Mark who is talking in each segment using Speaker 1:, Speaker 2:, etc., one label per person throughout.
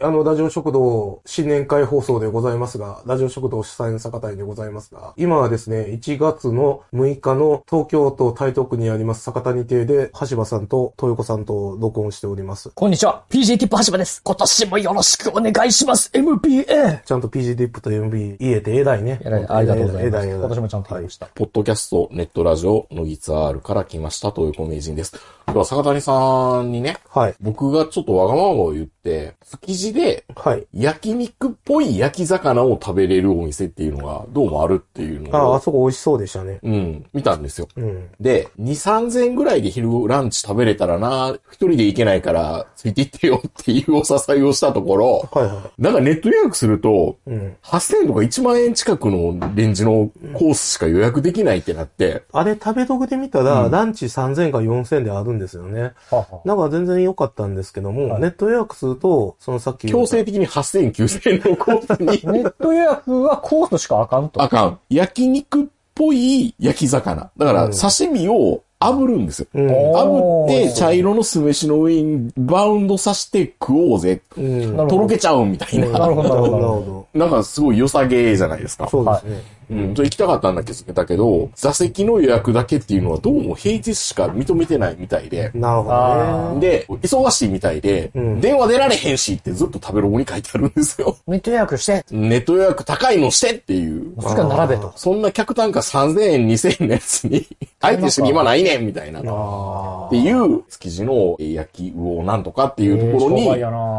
Speaker 1: あの、ラジオ食堂、新年会放送でございますが、ラジオ食堂主催の酒谷でございますが、今はですね、1月の6日の東京都台東区にあります酒谷邸で、橋場さんと豊子さんと録音しております。
Speaker 2: こんにちは。PJ ティップ橋場です。今年もよろしくお願いします。MBA!
Speaker 1: ちゃんと PG ディップと MB 言えて偉いね。
Speaker 2: えらい、ありがとうございま
Speaker 1: 偉
Speaker 2: す。
Speaker 1: 偉偉
Speaker 2: 今年もちゃんと言いました。
Speaker 3: ポッドキャスト、ネットラジオ、のぎツアールから来ましたという名人です。では、坂谷さんにね、
Speaker 1: はい。
Speaker 3: 僕がちょっとわがままを言って、築地で
Speaker 1: はい。
Speaker 3: 焼肉っぽい焼き魚を食べれるお店っていうのがどうもあるっていう
Speaker 1: ああ、
Speaker 3: の
Speaker 1: あ
Speaker 3: を、
Speaker 1: そこ美味しそうでしたね。
Speaker 3: うん、見たんですよ。
Speaker 1: うん。
Speaker 3: で、2、3000円ぐらいで昼ランチ食べれたらな、一人で行けないから、ついて行ってよっていうお誘いをしたところ、
Speaker 1: はいは
Speaker 3: なんかネット予約すると、
Speaker 1: い。うん。
Speaker 3: 8000とか1万円近くのレンジのコースしか予約できないってなって、
Speaker 1: あれ食べログで見たら、ランチ3000か4000であるんですよね。
Speaker 2: はあは
Speaker 1: なんか全然良かったんですけども、
Speaker 2: はい
Speaker 1: ネット予約すると、そのさっき言った
Speaker 3: 強制的に8000、9000円のコース
Speaker 2: あ
Speaker 3: に、
Speaker 2: ネット予約はコースしかあかんと。
Speaker 3: あかん。焼肉っぽい焼き魚。だから、
Speaker 1: うん
Speaker 3: 刺身を炙るんですよ。
Speaker 1: うん
Speaker 3: 炙
Speaker 2: おー
Speaker 3: って、茶色の酢飯の上にバウンドさして食おうぜ。
Speaker 1: うん。
Speaker 2: なるほど
Speaker 3: とろけちゃうみたいな。
Speaker 2: なるほどなるほど
Speaker 3: なんかすごい良さげじゃないですか。
Speaker 1: そうですね。
Speaker 3: うん。と行きたかったんだけど、だけど、座席の予約だけっていうのはどうも平日しか認めてないみたいで。
Speaker 1: なるほど
Speaker 2: あ
Speaker 1: ね。
Speaker 3: で、忙しいみたいで、
Speaker 1: うん
Speaker 3: 電話出られへんしってずっと食べログに書いてあるんですよ。
Speaker 2: ネット予約して、
Speaker 3: ネット予約高いのしてっていう。
Speaker 2: そっちから並べと。
Speaker 3: そんな客単価3000円、2000円のやつに、相手して今ないねんみたいな。っていう、築地の焼き魚なんとかっていうところ
Speaker 2: えー
Speaker 3: に、
Speaker 2: 商売やなぁ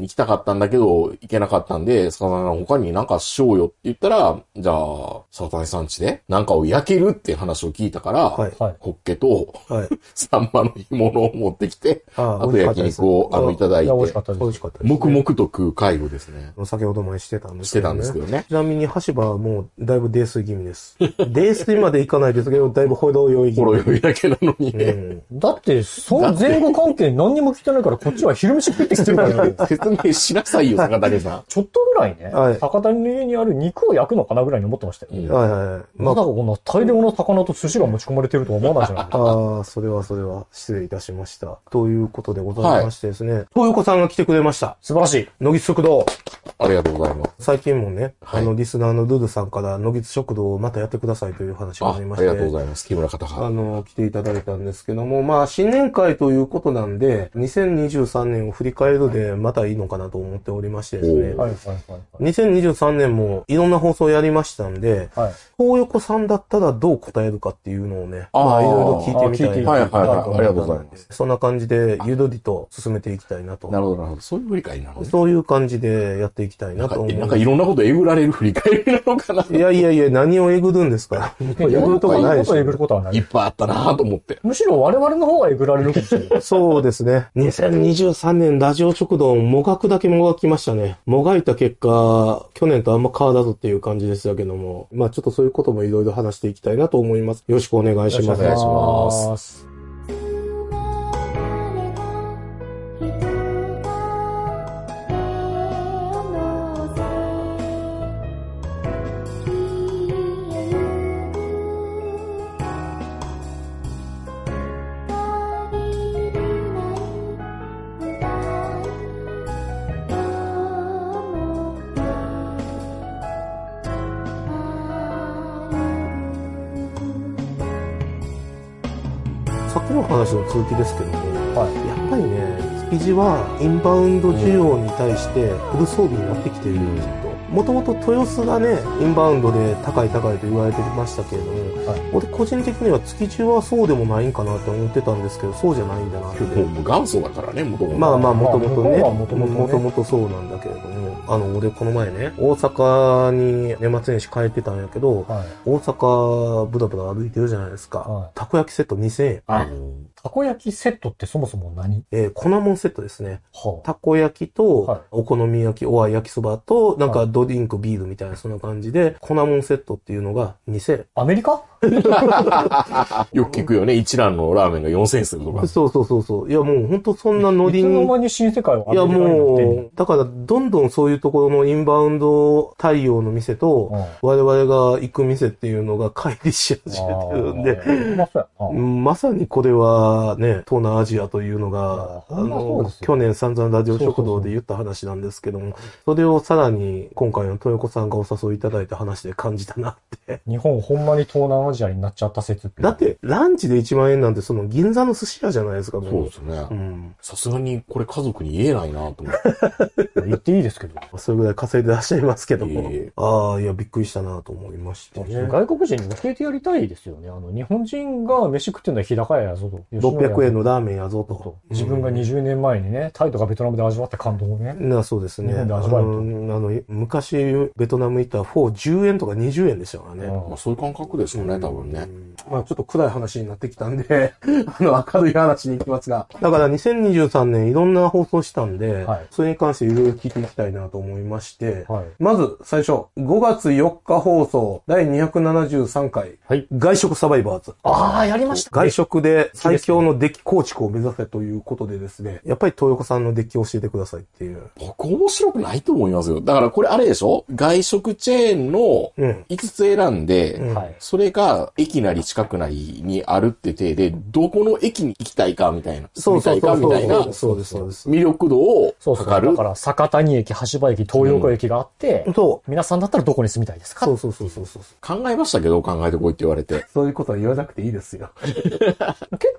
Speaker 3: 行きたかったんだけど、行けなかったんで、坂谷さん他になんかしようよって言ったら、じゃあ、坂谷さん家でなんかを焼けるって話を聞いたから、
Speaker 1: はい。
Speaker 2: はい。
Speaker 3: ホッケと
Speaker 1: はい。
Speaker 3: サンマの干物を持ってきて、
Speaker 1: あ
Speaker 3: あと焼肉をあのいただい
Speaker 2: い
Speaker 3: て
Speaker 2: や、、美味しかったです。
Speaker 1: 美味しかったですね。
Speaker 3: 黙々と食う介護ですね。
Speaker 1: 先ほど前してたんで
Speaker 3: し
Speaker 1: す
Speaker 3: て
Speaker 1: け
Speaker 3: た
Speaker 1: ど、
Speaker 3: ん
Speaker 1: ね。
Speaker 3: ですけどね。
Speaker 1: ちなみに、橋場はもう、だいぶ泥酔気味です。泥酔までいかないですけど、だいぶほど酔い気
Speaker 3: ほろ
Speaker 1: 味。
Speaker 3: 酔いだけなのに
Speaker 1: う
Speaker 3: ね。
Speaker 1: ん。
Speaker 2: だって、その前後関係何にも聞いてないから、こっちは昼飯食ってきてるからね
Speaker 3: 説明しなさいよ、坂谷さん。
Speaker 2: ちょっとぐらいね、
Speaker 1: はい
Speaker 2: 高田の家にある肉を焼くのかなぐらいに思ってましたよ。
Speaker 3: うん
Speaker 1: はいはいはい。
Speaker 2: ま
Speaker 1: まあ
Speaker 2: さかこんな大量の魚と寿司が持ち込まれてるとは思わないじゃないですか。
Speaker 1: ああ、それはそれは失礼いたしました。ということでございましてですね、東横さんが来てくれました。
Speaker 2: 素晴らしい。
Speaker 1: 野木食堂。
Speaker 3: ありがとうございます。
Speaker 1: 最近もね、
Speaker 3: はい
Speaker 1: あの、リスナーのルルさんから、野木食堂をまたやってくださいという話が
Speaker 3: あ
Speaker 1: あ
Speaker 3: あ
Speaker 1: り
Speaker 3: り
Speaker 1: ま
Speaker 3: が
Speaker 1: して。
Speaker 3: とうございます。木村方
Speaker 1: あ
Speaker 3: が。
Speaker 1: の、来ていただいたんですけども、まあ、新年会ということなんで、2023年を振り返るで、またいいのかなと思っておりましてですね。
Speaker 3: お
Speaker 2: はいはいはい
Speaker 1: 2023年もいろんな放送やりましたんで、
Speaker 2: はい。はい。
Speaker 1: 東横さんだったらどう答えるかっていうのをね、
Speaker 3: あー
Speaker 1: まあ、いろいろ聞いてみたいな
Speaker 3: はい
Speaker 2: あー聞
Speaker 3: はいはい。ありがとうございます。
Speaker 1: そんな感じで、ゆるりと進めていきたいなと
Speaker 3: な。るほど、なるほど。そういう振り返りなのね。
Speaker 1: そういう感じでやっていきたい
Speaker 3: な
Speaker 1: なん
Speaker 3: か、
Speaker 1: と思
Speaker 3: え
Speaker 1: う。
Speaker 3: なんかいろんなことえぐられる振り返りなのかな。
Speaker 1: いやいやいや、何をえぐるんです かえぐるとこな
Speaker 2: こ
Speaker 1: いでし
Speaker 2: と
Speaker 1: ょ
Speaker 2: えぐることはない
Speaker 3: いっ。ぱいあったなと思って。
Speaker 2: むしろ我々の方がえぐられるかもしれない。。
Speaker 1: そうですね。2023年ラジオ食堂もがくだけもがきましたね。もがいた結果、去年とあんま変わらずっていう感じでしたけども、まあちょっとそういうこともいろいろ話していきたいなと思います。よろしくお願いします。
Speaker 3: お願いします
Speaker 1: さっきの話の続きですけども、
Speaker 2: は
Speaker 1: やっぱりね、築地はインバウンド需要に対してフル装備になってきているんですよ。もともと豊洲がね、インバウンドで高い高いと言われてましたけれども、
Speaker 2: はい
Speaker 1: 俺個人的には築地はそうでもないんかなって思ってたんですけど、そうじゃないんだなって。
Speaker 3: もうもう元祖だからね、もともと。
Speaker 1: まあま
Speaker 2: ま
Speaker 1: あ、も
Speaker 2: あ
Speaker 1: ともとね。
Speaker 2: 向こうは
Speaker 1: もと
Speaker 2: 元々ね
Speaker 1: もとそうなんだけれども。あの、俺この前ね、大阪に年末年始帰ってたんやけど、
Speaker 2: い。はい。
Speaker 1: 大阪ブラブラ歩いてるじゃないですか。
Speaker 2: はい
Speaker 1: たこ焼きセット2000円。
Speaker 3: あ
Speaker 2: あ
Speaker 3: の
Speaker 2: たこ焼きセットってそもそも何
Speaker 1: えー粉もんセットですね。
Speaker 2: は
Speaker 1: たこ焼きと、
Speaker 2: はい
Speaker 1: お好み焼き、おわい焼きそばと、なん
Speaker 2: は
Speaker 1: か
Speaker 2: い
Speaker 1: ドリンク、ビールみたいな、そんな感じで、粉もんセットっていうのが2000
Speaker 4: アメリカ
Speaker 3: よく聞くよね。一蘭のラーメンが4000円するとか
Speaker 1: 円。。そうそうそうそう。いやもうほんとそんなノリ
Speaker 4: いつの
Speaker 1: に。
Speaker 4: 間に新世界を
Speaker 1: いや
Speaker 4: アメリカになってんの
Speaker 1: もう、だからどんどんそういうところのインバウンド対応の店と、我々が行く店っていうのが乖離し始めてるんで、
Speaker 4: うん。まあそうやな
Speaker 1: うんまさにこれはね、東南アジアというのが、
Speaker 4: あー
Speaker 1: あ
Speaker 4: ほんまそうで
Speaker 1: の
Speaker 4: す、よ
Speaker 1: 去年散々ラジオ食堂で言った話なんですけども、それをさらに今回の豊子さんがお誘いいただいた話で感じたなって。
Speaker 4: 日本ほんまに東南アジアになっちゃった説
Speaker 1: だっ、て、ランチで1万円なんてその銀座の寿司屋じゃないですか、も
Speaker 3: そうですね
Speaker 1: う。ん。
Speaker 3: さすがにこれ家族に言えないなと思って。
Speaker 4: 言っていいですけど。
Speaker 1: それぐらい稼いでらっしゃいますけども
Speaker 3: いえいえ。
Speaker 1: ああ、いや、びっくりしたなと思いましてね。
Speaker 4: 外国人に教えてやりたいですよね。あの、日本人が飯食ってんのは日高屋やぞと。
Speaker 1: 600円
Speaker 4: の。
Speaker 1: のラーメンやぞと
Speaker 4: と。自分が
Speaker 1: うん
Speaker 4: 20年前にね、タイとかベトナムで味わった感動をね。
Speaker 1: な、そうですね。
Speaker 4: 日
Speaker 1: あ
Speaker 4: 本で
Speaker 1: の、あ
Speaker 4: 味わえると
Speaker 1: の昔、ベトナム行ったらフォー10円とか20円でしたからね。
Speaker 3: まあそういう感覚でしょうね、多分ね。
Speaker 1: まあちょっと暗い話になってきたんで、 あの、明るい話に行きますが。だから2023年いろんな放送したんで、
Speaker 4: はい
Speaker 1: それに関していろいろ聞いていきたいなと思いまして、
Speaker 4: はい
Speaker 1: まず最初、5月4日放送第273回、
Speaker 4: はい
Speaker 1: 外食サバイバーズ。
Speaker 4: ああ、やりました。
Speaker 1: 外食で最強のデッキ構築を目指せということでですね、やっぱり豊子さんのデッキを教えてくださいっていう。
Speaker 3: 僕面白くないと思いますよ。だからこれあれでしょ外食チェーンの
Speaker 1: うん。
Speaker 3: 5つ選んで、
Speaker 1: うん
Speaker 4: はい。
Speaker 3: それが駅なり近くなりにあるって体で、どこの駅に行きたいかみたいな、住みたいかみたいな
Speaker 1: そうです、そうです。
Speaker 3: 魅力度を
Speaker 4: そうそう。
Speaker 3: 測
Speaker 4: だ
Speaker 3: る
Speaker 4: か。ら、坂谷駅、橋場駅、東洋区駅があって、
Speaker 1: そう。
Speaker 4: 皆さんだったらどこに住みたいですか
Speaker 1: そうそうそうそうそう。
Speaker 3: 考えましたけど、考えてこいって言われて。
Speaker 1: そういうことは言わなくていいですよ。
Speaker 4: 結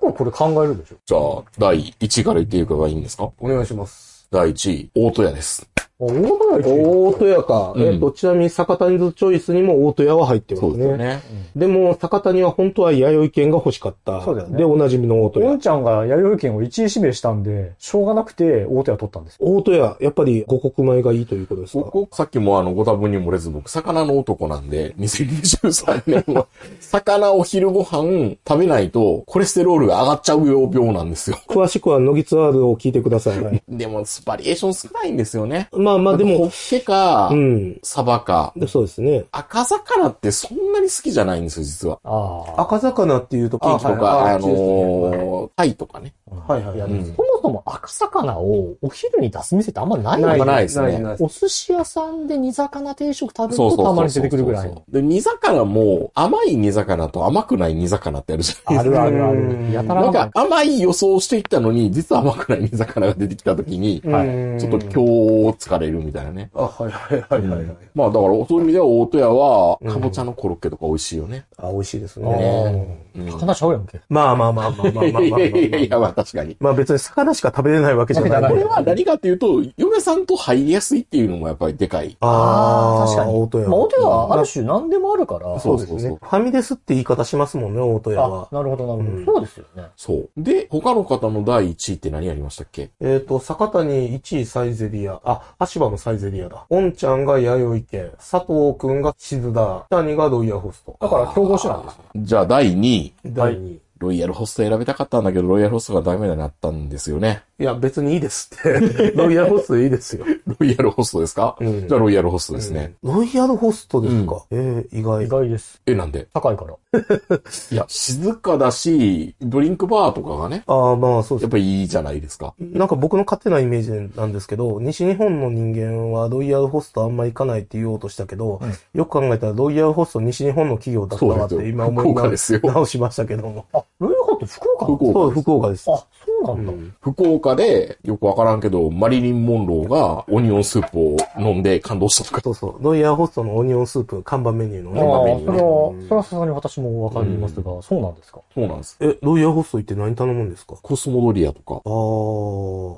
Speaker 4: 構これ考えるでしょ
Speaker 3: じゃあ、第1位から言っていくがいいんですか
Speaker 1: お願いします。
Speaker 3: 第1位、大戸屋です。
Speaker 4: あ大戸屋駅
Speaker 1: 大戸屋か。
Speaker 3: うん
Speaker 1: えっと、ちなみに坂谷図チョイスにも大戸屋は入ってますね。で
Speaker 3: ね。
Speaker 1: も、坂谷は本当は弥生県が欲しかった。
Speaker 4: そうだよね
Speaker 1: で、おなじみの大戸
Speaker 4: お
Speaker 1: 屋。
Speaker 4: んちゃんが弥生県を1位指名したんで、しょうがなくて大戸屋取ったんですよ。
Speaker 1: 大戸屋、やっぱり五穀米がいいということですか
Speaker 3: ここ、さっきもあの、ご多分に漏れず、僕、魚の男なんで、2023年 は、魚お昼ご飯食べないと、コレステロールが上がっちゃうよ、病なんですよ。
Speaker 1: 詳しくは、乃木ツアールを聞いてください。
Speaker 3: でも、バリエーション少ないんですよね。
Speaker 1: まあまあ、で
Speaker 3: ホ
Speaker 1: も、
Speaker 3: ッケか
Speaker 1: う、ん。
Speaker 3: サバか。
Speaker 1: でそうですね。
Speaker 3: 赤魚ってそんなに好きじゃないんですよ、実は。
Speaker 4: あ
Speaker 1: 赤魚っていうと、
Speaker 3: ケーキとか、あのー、タイとかね。
Speaker 4: あ。
Speaker 1: はいはい
Speaker 4: いや、
Speaker 3: うん
Speaker 4: そもそも赤魚をお昼に出す店ってあんまりない
Speaker 3: な
Speaker 4: の
Speaker 3: い
Speaker 4: よ
Speaker 3: ないですね
Speaker 1: ない
Speaker 4: お寿司屋さんで煮魚定食食べる
Speaker 3: そうそう
Speaker 4: と
Speaker 3: そう。
Speaker 4: たまに出てくるぐらいの。。
Speaker 3: で、煮魚も、甘い煮魚と甘くない煮魚ってあるじ ゃな
Speaker 4: あ
Speaker 3: いです
Speaker 4: るあるあ
Speaker 1: うん
Speaker 4: る。やた
Speaker 3: か。
Speaker 4: ら
Speaker 3: なん
Speaker 4: 甘い
Speaker 3: か、甘い予想していったのに、実は甘くない煮魚が出てきたときに、ち
Speaker 1: うん
Speaker 3: ょっと今日疲れるみたいなね。
Speaker 1: あ、はいはいはいはいはい。
Speaker 3: まあだから、そういう意味では大戸屋は、
Speaker 1: うん
Speaker 3: かぼちゃのコロッケとか美味しいよね。
Speaker 1: あ、美味しいです
Speaker 4: ね
Speaker 1: ね。
Speaker 3: うん。い
Speaker 4: 魚ちゃうやんけ。
Speaker 1: まあまあまあまあまあまあまあまあまあ
Speaker 3: や いやいや、まあ確かに。
Speaker 1: まあ別に魚しか食べれないわけじゃない
Speaker 4: わ
Speaker 1: んで
Speaker 4: け
Speaker 3: こ
Speaker 4: じ
Speaker 3: れ
Speaker 4: ゃない
Speaker 3: は何かっていうと、嫁さんと入りやすいっていうのもやっぱりでかい。
Speaker 1: ああ、
Speaker 4: 確かに。
Speaker 1: 大戸屋。
Speaker 4: まあ、大戸屋はある種何でもあるから。
Speaker 3: そう
Speaker 1: そうですね。ファミレスって言い方しますもんね、大戸屋
Speaker 4: あ
Speaker 1: は、。
Speaker 4: なるほど、なるほ
Speaker 1: うん
Speaker 4: ど。そうですよね。
Speaker 3: そう。で、他の方の第1位って何ありましたっけ
Speaker 1: えっ、と、坂谷1位サイゼリア。あ、橋場のサイゼリアだ。おんちゃんが弥生県。佐藤くんがシズダー。谷がロイヤルホスト。
Speaker 4: だから競合種なんですよ。
Speaker 3: じゃあ第2位、
Speaker 1: 第2位。い
Speaker 3: ロイヤルホスト選べたかったんだけど、ロイヤルホストがダメになったんですよね。
Speaker 1: や、別にいいですって。ロイヤルホストでいいですよ。
Speaker 3: ロイヤルホストですか、
Speaker 1: うん
Speaker 3: じゃあロイヤルホストですね。
Speaker 1: ロイヤルホストですか、ええ意
Speaker 4: 意
Speaker 1: 外。
Speaker 4: 外です。
Speaker 3: え、なんで
Speaker 4: 高いから。
Speaker 3: いや、静かだし、ドリンクバーとかがね、
Speaker 1: ああ、まあそうで
Speaker 3: やっ
Speaker 1: す。
Speaker 3: ぱりいいじゃないですか。
Speaker 1: なんか僕の勝手なイメージなんですけど、西日本の人間はロイヤルホストあんま行かないって言おうとしたけど、よく考えたらロイヤルホスト西日本の企業だったわって
Speaker 3: そうですよ
Speaker 1: 今思い
Speaker 3: 福岡ですよ
Speaker 1: 直しましたけども。
Speaker 4: あ、ルイホって福岡な
Speaker 3: 福
Speaker 4: のあ、
Speaker 1: そう、
Speaker 3: 岡です。
Speaker 1: 福岡です。
Speaker 4: そうなんだ。
Speaker 3: 福岡で、よくわからんけど、マリリン・モンローがオニオンスープを飲んで感動したとか。
Speaker 1: そうそう。ロイヤーホストのオニオンスープ、看板メニューの
Speaker 4: ああ、
Speaker 1: ね。
Speaker 4: それ
Speaker 3: メニュ
Speaker 4: は、
Speaker 3: ーね
Speaker 4: それはさすがに私もわかりますが、そうなんですか。
Speaker 3: そうなんです。
Speaker 1: え、ロイヤーホスト行って何頼むんですかあ
Speaker 3: コスモドリアとか、
Speaker 1: あー、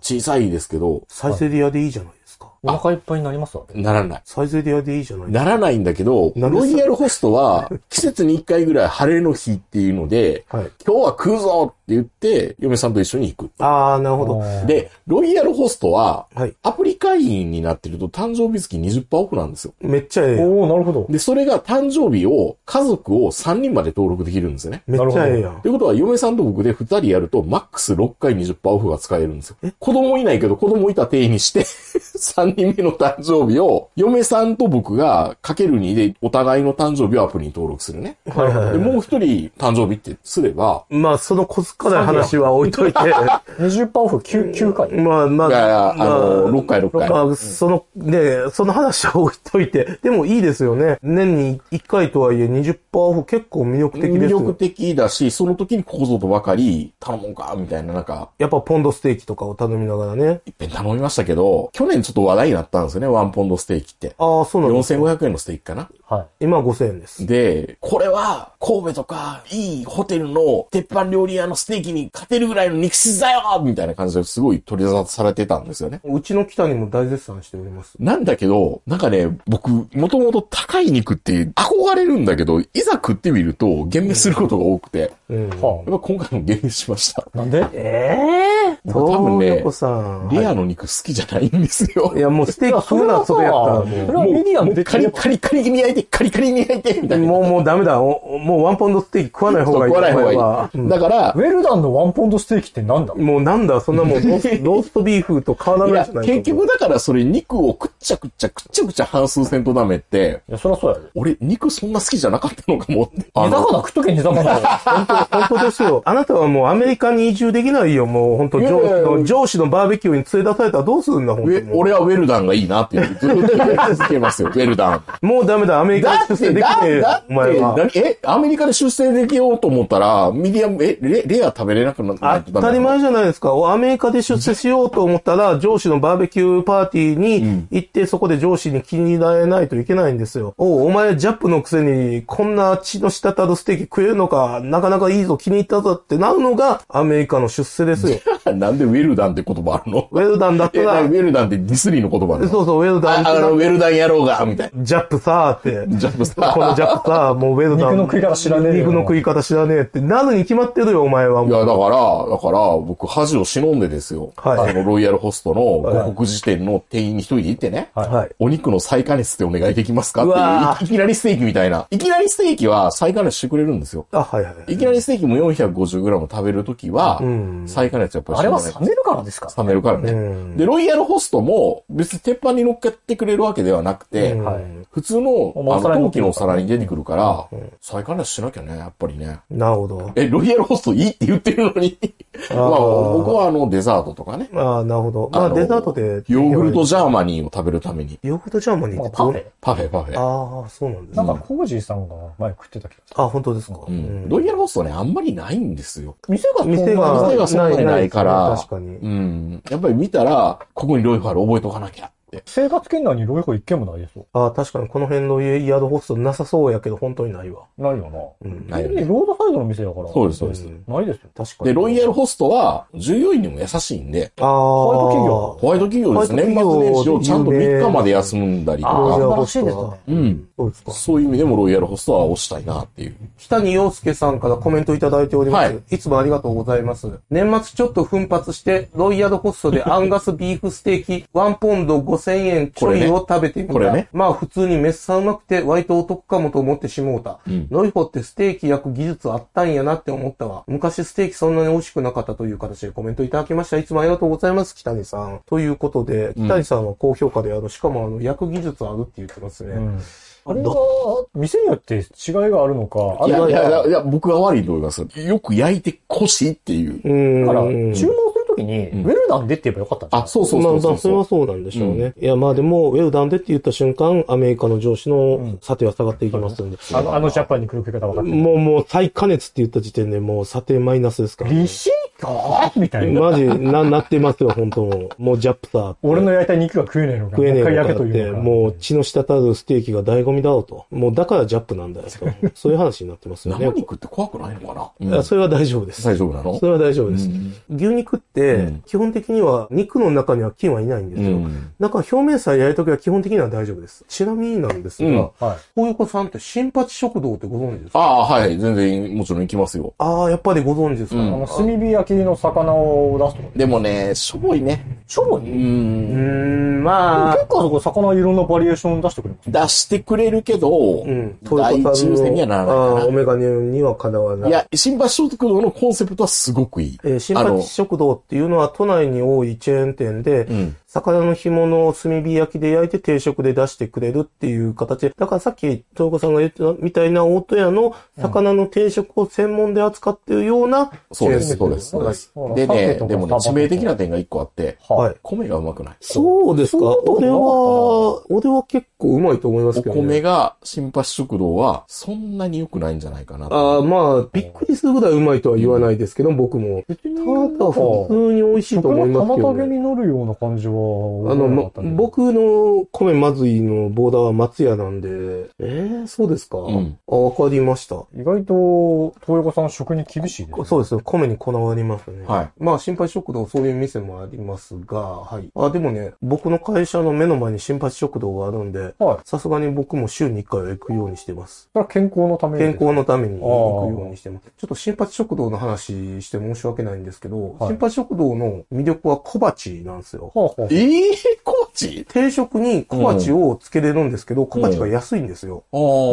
Speaker 3: 小さいですけど、
Speaker 1: サイゼリアでいいじゃないですか。
Speaker 4: お腹いっぱいになりますわね。
Speaker 3: ならない。
Speaker 1: サイゼリアでいいじゃないですか。
Speaker 3: ならないんだけど、
Speaker 1: なんで
Speaker 3: ロ
Speaker 1: す
Speaker 3: イヤルホストは、季節に一回ぐらい晴れの日っていうので、
Speaker 1: はい。
Speaker 3: 今日は食うぞって言って、嫁さんと一緒に行く。
Speaker 1: ああ、なるほど。
Speaker 4: あー、
Speaker 3: で、ロイヤルホストは、
Speaker 1: はい。
Speaker 3: アプリ会員になってると誕生日月20%オフなんですよ。
Speaker 1: めっちゃええやん。
Speaker 4: おおなるほど。
Speaker 3: で、それが誕生日を、家族を3人まで登録できるんですよね。
Speaker 1: めっちゃええやん。
Speaker 3: ということは、嫁さんと僕で2人やると、マックス6回20%オフが使えるんですよ。子供いないけど、子供いた定にして、3 人目の誕生日を、嫁さんと僕がかける2でお互いの誕生日をアプリに登録するね。
Speaker 1: はいはいはい
Speaker 3: でもう一人誕生日ってすれば、
Speaker 1: まあ、その小遣いの話は置いといて、
Speaker 4: 20%オフ 9, 9回。
Speaker 1: まあまあ、
Speaker 3: いやいや、あ
Speaker 1: ま
Speaker 3: の、6回6回。
Speaker 1: まあ、その、ね、その話は置いといて、 でもいいですよね。年に1回とはいえ20%オフ結構魅力的で
Speaker 3: 魅
Speaker 1: すよ。
Speaker 3: 力的だし、その時にここぞとばかり、頼もうか、みたいな、なんか、
Speaker 1: やっぱポンドステーキとかを頼みながらね。
Speaker 3: いっぺん頼みましたけど、去年ちょっと話題になったんですよね、ワンポンドステーキって。
Speaker 1: ああ、そうなんです。
Speaker 3: 4500円のステーキかな。
Speaker 4: は
Speaker 1: 今5000円です。
Speaker 3: で、これは、神戸とか、いいホテルの鉄板料理屋のステーキに勝てるぐらいの肉質だよみたいな感じですごい取り沙汰されてたんですよね。
Speaker 1: うちの北にも大絶賛しております。
Speaker 3: なんだけど、なんかね、僕、もともと高い肉って憧れるんだけど、いざ食ってみると、減滅することが多くて、やっ
Speaker 1: うん。
Speaker 4: い。は
Speaker 3: ぱ今回も減滅しました。
Speaker 4: あ。なんで
Speaker 1: ええー、
Speaker 3: 僕多分ね
Speaker 1: 東横さん。
Speaker 3: レアの肉好きじゃないんですよ。
Speaker 1: いや、もうステーキ食うな、それやったらもう。
Speaker 4: それはメディア
Speaker 3: も
Speaker 4: も
Speaker 3: う
Speaker 4: 出
Speaker 3: カ
Speaker 4: て
Speaker 3: リ
Speaker 4: る
Speaker 3: カリカリに焼いて、カリカリに焼いて、みたいな。
Speaker 1: もう、もうダメだ。おもうワンポンドステーキ食わない方がいい。
Speaker 3: 食わない方が
Speaker 1: う
Speaker 3: いい。
Speaker 1: ん
Speaker 3: だから
Speaker 4: ウ、ェルダンのワンポンドステーキってなんだ
Speaker 1: もうなんだ、そんな もうロースローストビーフと変わら
Speaker 3: い
Speaker 1: な
Speaker 3: や
Speaker 1: いじゃない
Speaker 3: 結局だからそれ肉をくっちゃくっちゃくっちゃくちゃ半数せんとダメって、
Speaker 4: いや、そりゃそうやで。
Speaker 3: 俺肉そんな好きじゃなかったのかもって。
Speaker 4: 値高だ、食っとけ、値高だ。
Speaker 1: 本当、本当です よ。あなたはもうアメリカに移住できないよ。もう本当
Speaker 3: いやい
Speaker 1: 上
Speaker 3: やいや
Speaker 1: 司の、上司のバーベキューに連れ出されたらどうするんだ、
Speaker 3: ウ
Speaker 1: 本当に
Speaker 3: ェ。俺はウェルダンがいいなってずっと言い続けますよ、ウェルダン。
Speaker 1: もうダメだ、アメリカ
Speaker 3: だ
Speaker 1: に
Speaker 3: って、だ
Speaker 1: 出世
Speaker 3: って、
Speaker 1: できねえよ
Speaker 3: だっ、
Speaker 1: お前
Speaker 3: て
Speaker 1: は。
Speaker 3: 何え、アメリカで出世できようと思ったら、ミディアム、え、レレア食べれなくなった
Speaker 1: 当たり前じゃないですか。おアメリカで出世しようと思ったら、上司のバーベキューパーティーに行って、そこで上司に気に入られないといけないんですよ。おうお前、ジャップのくせに、こんな血の滴るステーキ食えるのか、なかなかいいぞ、気に入ったぞってなるのが、アメリカの出世ですよ。
Speaker 3: なんでウェルダンって言葉あるの
Speaker 1: ウェルダンだった
Speaker 3: え、
Speaker 1: ら
Speaker 3: な、ウェルダンってディスリーの言葉なの
Speaker 1: そうそう、ウェルダン
Speaker 3: ああの、
Speaker 1: だ
Speaker 3: ウェルダンやろうが、みたいな。
Speaker 1: ジャップさーって。
Speaker 3: ジャップさー
Speaker 1: このジャップさー、もうウェルダン。
Speaker 4: 肉の食い方知らねえよ
Speaker 1: 肉の食い方知らねえって。なるに決まってるよ、お前はいもう。
Speaker 3: や、だから、だから、僕、恥を忍んでですよ。
Speaker 1: はい
Speaker 3: あの、ロイヤルホストの、護国時点の店員に一人で行ってね。
Speaker 4: はい
Speaker 1: はい。
Speaker 3: お肉の再加熱ってお願いできますかっ
Speaker 1: うわ
Speaker 3: ていうい、いきなりステーキみたいな。いきなりステーキは再加熱してくれるんですよ。
Speaker 1: あ、はいはい。
Speaker 3: いきなりステーキも 450g 食べるときは
Speaker 1: ん、
Speaker 3: 再加熱やっぱり
Speaker 4: あ
Speaker 3: し
Speaker 4: れ
Speaker 3: ても
Speaker 4: は
Speaker 3: らえない
Speaker 4: 冷めるからですか
Speaker 3: 冷めるから
Speaker 1: うん
Speaker 3: ね。で、ロイヤルホストも別に鉄板に乗っけてくれるわけではなくて、
Speaker 1: うん
Speaker 4: はい。
Speaker 3: 普通の、
Speaker 4: お
Speaker 3: あの、
Speaker 4: 皿に乗
Speaker 3: 陶
Speaker 4: って
Speaker 3: 器
Speaker 4: る
Speaker 3: のお皿に出てくるから、再加熱しなきゃね、やっぱりね。
Speaker 1: なるほど。
Speaker 3: え、ロイヤルホストいいって言ってるのに。まあ、僕はあの、デザートとかね。
Speaker 1: ああ、なるほど。ま
Speaker 3: あ
Speaker 1: あ、
Speaker 3: の
Speaker 1: デザートで。
Speaker 3: ヨーグルトジャーマニーを食べるために。
Speaker 1: ヨーグルトジャーマニーっ
Speaker 4: まあ、
Speaker 1: て
Speaker 4: パフェ。
Speaker 3: パフェ、パフェ。
Speaker 1: ああ、そうなんです
Speaker 4: なん
Speaker 1: ね。
Speaker 4: か、コージーさんが前食ってた気がす
Speaker 1: あ、本当ですか。う
Speaker 3: う。
Speaker 1: んん
Speaker 3: ロイヤルホストね、あんまりないんですよ。
Speaker 4: る。店がそんなに
Speaker 1: 店が、
Speaker 3: 店がそんなにないから
Speaker 1: ですね確かに
Speaker 3: う。ん。やっぱり見たら、ここにロイファル覚えておかなきゃって。
Speaker 4: 生活圏内にロイホ一軒もないですよ。
Speaker 1: ああ、確かにこの辺の家、宿ホストなさそうやけど、本当にないわ。
Speaker 4: ないよな。
Speaker 1: うん。
Speaker 3: ない
Speaker 4: 本当
Speaker 3: よ
Speaker 4: に
Speaker 3: ね。
Speaker 4: ロードサイドの店だから。
Speaker 3: そうです、そうで
Speaker 1: う
Speaker 3: す。
Speaker 1: ん
Speaker 4: ないですよ。
Speaker 1: 確かに。
Speaker 3: で、ロイヤルホストは、従業員にも優しいんで、
Speaker 1: ああ。ホ
Speaker 4: ワイト企業
Speaker 3: ホワイト企業です。年末
Speaker 1: ホワイ
Speaker 3: 年
Speaker 1: ト企業
Speaker 3: 始をちゃんと
Speaker 1: 有名
Speaker 3: 3日まで休んだりと
Speaker 4: あ
Speaker 3: か、
Speaker 4: 素晴らしいですね
Speaker 3: うん。
Speaker 1: そうですか。
Speaker 3: そういう意味でもロイヤルホストは押したいなっていう。
Speaker 1: 北に洋介さんからコメントいただいております。、
Speaker 3: はい
Speaker 1: つもありがとうございます。年末ちょっと奮発して、ロイヤルホストでアンガスビーフステーキ1ポンド5000円ちょいを食べてみた。
Speaker 3: これね
Speaker 1: まあ普通にめっさうまくて割とお得かもと思ってしもうた。ロイホってステーキ焼く技術あったんやなって思ったわ。昔ステーキそんなに美味しくなかったという形でコメントいただきました。いつもありがとうございます、北にさん。ということで、北にさんは高評価である。しかもあの、焼く技術あるって言ってますね。
Speaker 4: うん。あれは、店によって違いがあるのか、あ
Speaker 3: い
Speaker 4: れ
Speaker 3: や、
Speaker 4: はい
Speaker 3: や、いやいや、僕が悪いと思います。よく焼いてこしっていう。
Speaker 1: うん
Speaker 4: だから、注文するときに、ウェルダンでって言えばよかったんじゃない
Speaker 3: あ、そうそう
Speaker 1: ま
Speaker 3: そ
Speaker 1: あ
Speaker 3: う
Speaker 1: まあ、
Speaker 3: そう
Speaker 1: それ
Speaker 3: そ
Speaker 1: は
Speaker 3: う。
Speaker 1: そうなんでしょうね。いや、まあでも、ウェルダンでって言った瞬間、アメリカの上司の査定は下がっていきますんで。
Speaker 4: あの、あのジャパンに来る食い方分かってる。
Speaker 1: もう、もう、再加熱って言った時点でもう査定マイナスですから、
Speaker 4: リシートみたいな。
Speaker 1: マジ、な、なってますよ、本当もう。もうジャップさーって。
Speaker 4: 俺の焼いた肉が食えねえのか。
Speaker 1: 食えねえ
Speaker 4: もう一回
Speaker 1: の
Speaker 4: 焼
Speaker 1: か
Speaker 4: け
Speaker 1: っ
Speaker 4: とい
Speaker 1: て、
Speaker 4: うのか。
Speaker 1: もう血の滴るステーキが醍醐味だろうと。もうだからジャップなんだよと。そういう話になってますよね。
Speaker 3: 生肉って怖くないのかな、
Speaker 1: いやそれは大丈夫です。
Speaker 3: 大丈夫なの
Speaker 1: それは大丈夫です。牛肉って
Speaker 3: ん、
Speaker 1: 基本的には肉の中には菌はいないんですよ。
Speaker 3: うん
Speaker 1: だから表面さえ焼いときは基本的には大丈夫です。ちなみになんですが、
Speaker 3: うん
Speaker 4: はい。
Speaker 1: こういう子さんって新八食堂ってご存知ですか
Speaker 3: ああ、はい。全然、もちろん行きますよ。
Speaker 1: ああ、やっぱりご存知ですか、
Speaker 3: う
Speaker 4: あ
Speaker 3: ん
Speaker 4: の、炭火焼きの魚を出すとか。
Speaker 3: でもね、しょぼいね。
Speaker 4: しょぼいうに
Speaker 1: うー
Speaker 3: ん。
Speaker 1: ん、まあ
Speaker 4: 結、構そこ魚いろんなバリエーション出してくれます。
Speaker 3: 出してくれるけど、
Speaker 1: うん、
Speaker 3: 第一優先にはなら
Speaker 1: ああー、
Speaker 3: な
Speaker 1: オ
Speaker 3: いか
Speaker 1: メガネにはかなわな
Speaker 3: な。
Speaker 1: い。
Speaker 3: いや、新橋食堂のコンセプトはすごくいい。
Speaker 1: えー新
Speaker 3: あの
Speaker 1: 八食堂っていうのは都内に多いチェーン店で、
Speaker 3: うん
Speaker 1: 魚の干物を炭火焼きで焼いて定食で出してくれるっていう形で、だからさっき、東子さんが言ってたみたいな大戸屋の魚の定食を専門で扱ってるような、
Speaker 3: そうです、そうです、そうです。でね、でもね、致命的
Speaker 4: な。
Speaker 3: な点が一個あって、
Speaker 1: は
Speaker 4: はい
Speaker 1: い。。
Speaker 3: 米がうまくない。
Speaker 1: そうですか。
Speaker 4: そう
Speaker 1: 俺は、俺は結構うまいと思います
Speaker 3: お
Speaker 1: けど、ね。
Speaker 3: 米が、新橋食堂は、そんなに良くないんじゃないかなと。
Speaker 1: ああ、まあ、びっくりするぐらいうまいとは言わないですけど、僕も。
Speaker 4: 別に
Speaker 1: た
Speaker 4: なんか
Speaker 1: だ、普通に美味しいと
Speaker 4: 食
Speaker 1: 思いま
Speaker 4: の
Speaker 1: すけど、
Speaker 4: 玉げ
Speaker 1: ね。
Speaker 4: になるような感じは
Speaker 1: あの、ま、僕の米まずいのボーダーは松屋なんで、ええそうですか、
Speaker 3: うん
Speaker 1: あ、わかりました。
Speaker 4: 意外と、東横さん食に厳しいです。
Speaker 1: そうですね。米にこだわりますね。
Speaker 3: はい。
Speaker 1: まあ、心配食堂、そういう店もありますが、はい。あ、でもね、僕の会社の目の前に心配食堂があるんで、
Speaker 4: はい。
Speaker 1: さすがに僕も週に1回は行くようにしてます。
Speaker 4: それは健康のために。
Speaker 1: 健康のために行くようにしてます。ちょっと新発食堂の話して申し訳ないんですけど、
Speaker 4: はい
Speaker 1: 新発食堂の魅力は小鉢なんですよ。
Speaker 4: はあはあ。
Speaker 3: ええ高知
Speaker 1: 定食に小鉢をつけれるんですけど、小鉢が安いんですよ。
Speaker 3: ああ、
Speaker 1: あ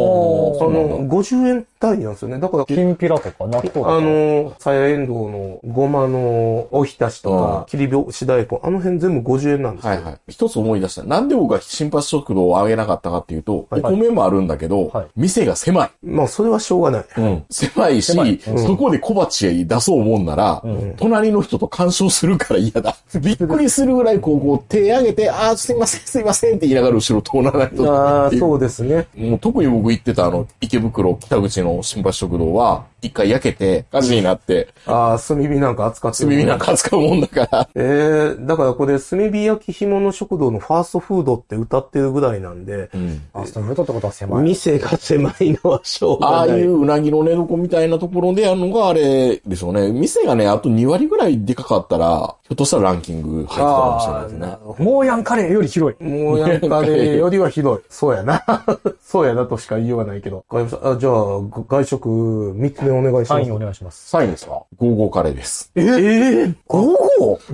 Speaker 3: そうなん
Speaker 1: の、
Speaker 3: だ
Speaker 1: 50円単位なんですよね。だから、
Speaker 4: きんぴらとか納豆とか。
Speaker 1: あ、の、さやえんどうのごまのおひたしと
Speaker 3: う
Speaker 1: か
Speaker 3: ん、
Speaker 1: 切り干し大根、あの辺全部50円なんですよ。
Speaker 3: はいはい。一つ思い出した。なんで僕が新発食堂を上げなかったかっていうと、
Speaker 1: はい
Speaker 3: お米もあるんだけど、
Speaker 4: はい
Speaker 3: 店が狭い。
Speaker 1: まあ、それはしょうがない。
Speaker 3: 狭いし、
Speaker 4: 狭い
Speaker 1: ん
Speaker 3: そこで小鉢へ出そうもんなら、隣の人と干渉するから嫌だ。びっくりするぐらいこう、こう手上げて、ああ、すいません、すいませんって言いながら後ろ通らないと。
Speaker 1: ああ、
Speaker 3: う
Speaker 1: そうですね。
Speaker 3: もう特に僕行ってたあの、池袋北口の新橋食堂は、一回焼けて、火事になって、
Speaker 1: ああ、炭火なんか扱って
Speaker 3: 炭火なんか扱うもんだから、
Speaker 1: ええだからこれ、炭火焼き干物食堂のファーストフードって歌ってるぐらいなんで、
Speaker 4: あ、ストレートってことは狭い。
Speaker 1: 店が狭いのはしょう
Speaker 3: あ
Speaker 1: が
Speaker 3: あ
Speaker 1: ない。
Speaker 3: いううなぎの寝床みたいなところでやるのがあれでしょうね。店がね、あと2割ぐらいでかかったら、ひょっとしたらランキング入ってたかもしれないですね。
Speaker 4: モーヤンカレーより広い。
Speaker 1: もうやんかね、よりはひどい。そうやな。 そうやなとしか言いようがないけど。わかりました。あ、じゃあ、ご外食、3つ目お願いし
Speaker 4: サ
Speaker 1: ま
Speaker 4: イン
Speaker 1: す。
Speaker 4: お願いします。
Speaker 3: 3位ですか ?55 カレーです。
Speaker 1: ええゴー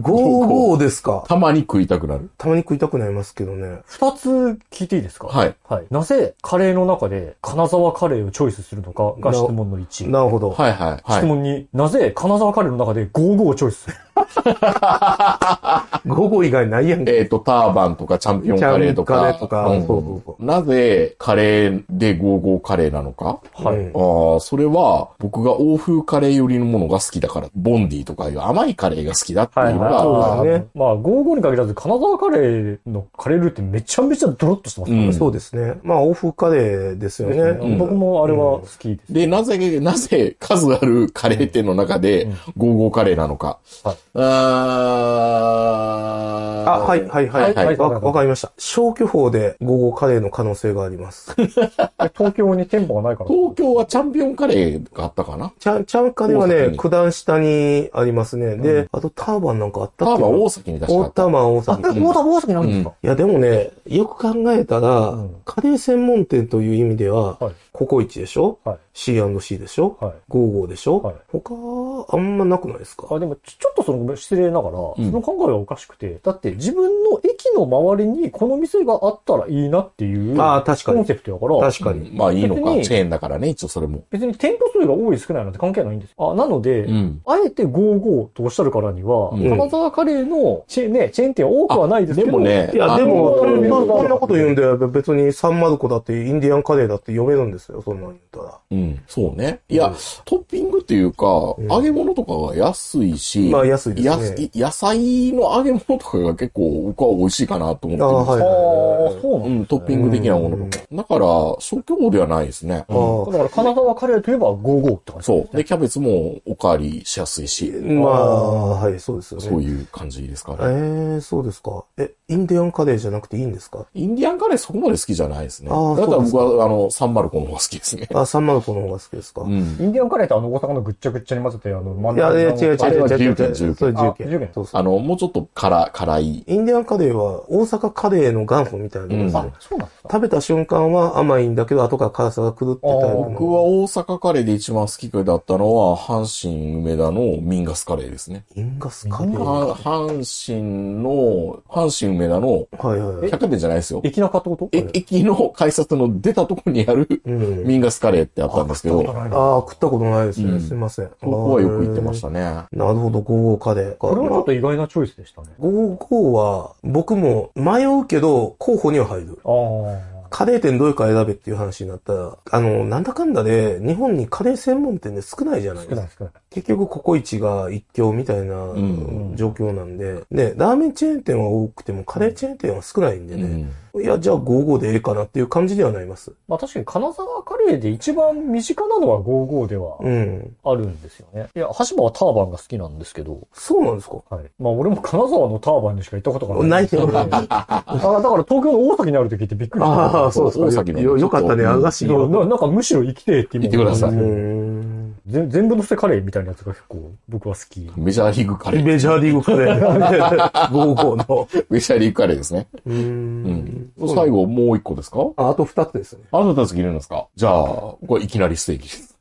Speaker 1: ゴーゴーですか。
Speaker 3: たまに食いたくなる。
Speaker 1: たまに食いたくなりますけどね。
Speaker 4: 二つ聞いていいですか
Speaker 3: はい。
Speaker 4: はい。なぜ、カレーの中で、金沢カレーをチョイスするのかが質問の1。
Speaker 1: なるほど。
Speaker 3: はいはい。は
Speaker 4: 質
Speaker 3: い。
Speaker 4: 問に、なぜ、金沢カレーの中で55をチョイスする
Speaker 1: ゴーゴー以外ないやんけ。
Speaker 3: えっ、と、ターバンとかチャンピオンカレ
Speaker 1: チャン
Speaker 3: ーと
Speaker 1: ピオンカ
Speaker 3: か。
Speaker 1: レーとか
Speaker 3: うん
Speaker 1: そうそうそ
Speaker 3: なぜカレーで55カレーなのか
Speaker 4: はい
Speaker 1: うん
Speaker 3: ああ、それは僕が欧風カレー寄りのものが好きだから、ボンディとかいう甘いカレーが好きだっていうのが、
Speaker 1: そうですね
Speaker 4: まあ、55に限らず、金沢カレーのカレールーってめちゃめちゃドロッとしてますから
Speaker 3: うん
Speaker 1: そうですね。まあ、欧風カレーですよね。
Speaker 4: ね。僕もあれは好きです。
Speaker 3: で、なぜ、なぜ数あるカレー店の中で、55カレーなのか。
Speaker 4: はい
Speaker 3: あー
Speaker 1: あ、はい、はい、はい。
Speaker 3: はいはい
Speaker 1: わわかりました。消去法で午後カレーの可能性があります。
Speaker 4: え東京に店舗がないから。
Speaker 3: 東京はチャンピオンカレーがあったかな
Speaker 1: ちゃん、ちゃんカレーは
Speaker 3: 大阪
Speaker 1: ね、
Speaker 3: に
Speaker 1: 九段下にありますね。で、あとターバンなんかあった
Speaker 3: タ
Speaker 1: っけ
Speaker 3: ーバン大崎に出した
Speaker 1: 大田マ大
Speaker 4: あ、え、
Speaker 1: 阪。
Speaker 4: 大田大崎なんですか
Speaker 1: いや、でもね、よく考えたら、
Speaker 4: うん
Speaker 1: カレー専門店という意味では、
Speaker 4: はい
Speaker 1: ココイチでしょ、
Speaker 4: はい
Speaker 1: ?C&C でしょ、
Speaker 4: はい
Speaker 1: ゴーゴーでしょ、
Speaker 4: はい
Speaker 1: 他、あんまなくないですか
Speaker 4: あ、でもち、ちょっとその、ごめん失礼ながら、そ
Speaker 3: ん
Speaker 4: の考えはおかしくて、だって自分の駅の周りにこの店があったらいいなっていう、
Speaker 1: あー確かに
Speaker 4: コンセプトやから、
Speaker 1: 確かに。
Speaker 3: うんまあいいの
Speaker 4: 別
Speaker 3: か、
Speaker 4: に
Speaker 3: チェーンだからね、一応それも。
Speaker 4: 別に店舗数が多い少ないなんて関係ないんですよ。あ、なので、
Speaker 3: うん。
Speaker 4: あえて55とおっしゃるからには、
Speaker 3: うん
Speaker 4: 金沢カレーのチェーン、ね、チェーン店多くはないですけど、
Speaker 3: もね、
Speaker 1: いや、でも、
Speaker 4: あ
Speaker 1: そ
Speaker 4: の
Speaker 1: ん
Speaker 4: ー
Speaker 1: なそんなこと言うんで、別にサンマルコだってインディアンカレーだって読めるんですよ、そんなん言ったら。
Speaker 3: うん、そうね。いや、トッピングっていうか、揚げ物とかが安いし、
Speaker 1: まあ安いですね
Speaker 3: や野菜の揚げ物とかが結構僕は美味しいかなと思ってるんです
Speaker 1: あはい
Speaker 4: ああ、そうな
Speaker 3: うん
Speaker 4: だ。
Speaker 3: ん、トッピング的なものとか。だから、消去法ではないですね。うん
Speaker 1: ああ
Speaker 4: だから金沢カレーといえば55って感じ。
Speaker 3: そう。で、キャベツもおかわりしやすいし、
Speaker 1: まあ、はい、そうですよね。
Speaker 3: そういう感じですか
Speaker 1: ええ
Speaker 3: ね。
Speaker 1: そうですか。え、インディアンカレーじゃなくていいんですか
Speaker 3: インディアンカレーそこまで好きじゃないですね。
Speaker 1: ああ
Speaker 3: だから
Speaker 1: そうです
Speaker 3: 僕
Speaker 1: か
Speaker 3: は、あの、サンマルコの方が好きですね。
Speaker 1: あ、サンマルコの方が好きですか、
Speaker 3: うん。
Speaker 4: インディアンカレーってあの大阪のぐっちゃぐっちゃに混ぜて、あの、真ん
Speaker 1: いや、いや、違う違う
Speaker 3: あれ
Speaker 1: 違
Speaker 3: は
Speaker 1: う違う違う。
Speaker 3: 重慶重慶
Speaker 1: それ
Speaker 4: あ
Speaker 1: 重慶。
Speaker 4: 重慶
Speaker 1: そうそう
Speaker 3: あの、もうちょっと辛、辛い。
Speaker 1: インディアンカレーは大阪カレーの元祖みたてありますね。
Speaker 3: うん
Speaker 4: あ、そうなんですか。
Speaker 1: 食べた瞬間は甘いんだけど、後から辛さが来るってタイプの。
Speaker 3: 僕は大阪カレーで一番好きだったのは、阪神梅田のミンガスカレーですね。
Speaker 1: インガスカレー。は
Speaker 3: は阪神の、阪神梅田の
Speaker 1: いはいはい。
Speaker 3: 百貨店じゃないですよ。
Speaker 4: 駅中ってこと
Speaker 3: え駅の改札の出たとこにある
Speaker 1: うん。
Speaker 3: ミンガスカレーってあったんですけど、こ
Speaker 1: ああ、食ったことないですね。
Speaker 3: うん
Speaker 1: すいません。こ
Speaker 3: こはよく行ってましたね。
Speaker 1: なるほど、5号カレーか。
Speaker 4: これはちょっと意外なチョイスでしたね。
Speaker 1: 55は、僕も迷うけど、候補には入る。
Speaker 4: ああ。
Speaker 1: カレー店どういうか選べっていう話になったら、あの、なんだかんだで、日本にカレー専門店で少ないじゃないで
Speaker 4: 少
Speaker 1: す
Speaker 4: な
Speaker 1: か。
Speaker 4: い少ない。
Speaker 1: 結局、ココイチが一強みたいな
Speaker 3: うん
Speaker 1: 状況なんで、で、ラーメンチェーン店は多くても、カレーチェーン店は少ないんで
Speaker 3: う
Speaker 1: ね。
Speaker 3: ん
Speaker 1: いや、じゃあ55でええかなっていう感じではなります。
Speaker 4: まあ確かに金沢カレーで一番身近なのは55では
Speaker 1: うん。
Speaker 4: あるんですよね。いや、橋場はターバンが好きなんですけど、
Speaker 1: そうなんですか
Speaker 4: はい。まあ俺も金沢のターバンにしか行ったことがない。
Speaker 1: ないけど
Speaker 4: あだ から東京の大崎にある時ってびっくりした。
Speaker 1: ああ、そう
Speaker 3: 大
Speaker 1: です
Speaker 3: 崎
Speaker 1: か。
Speaker 3: の
Speaker 1: よ、よかったね、
Speaker 3: ちょっ
Speaker 1: あ
Speaker 3: と
Speaker 1: がしい
Speaker 4: な
Speaker 1: よ。
Speaker 4: ななんかむしろ生きてえって今
Speaker 3: 行ってくださ
Speaker 1: う
Speaker 3: い
Speaker 1: ー
Speaker 4: ぜ
Speaker 1: ん。
Speaker 4: 全部のせカレーみたいなやつが結構僕は好き。
Speaker 3: メジャーリーグカレー。
Speaker 1: メジャーリーグカレー。55の。
Speaker 3: メジャーリーグカレーですね。
Speaker 1: うーん。
Speaker 3: 最後、もう一個ですか
Speaker 1: ああと2つですね。
Speaker 3: あなたたちいるんですかじゃあ、これいきなりステーキです。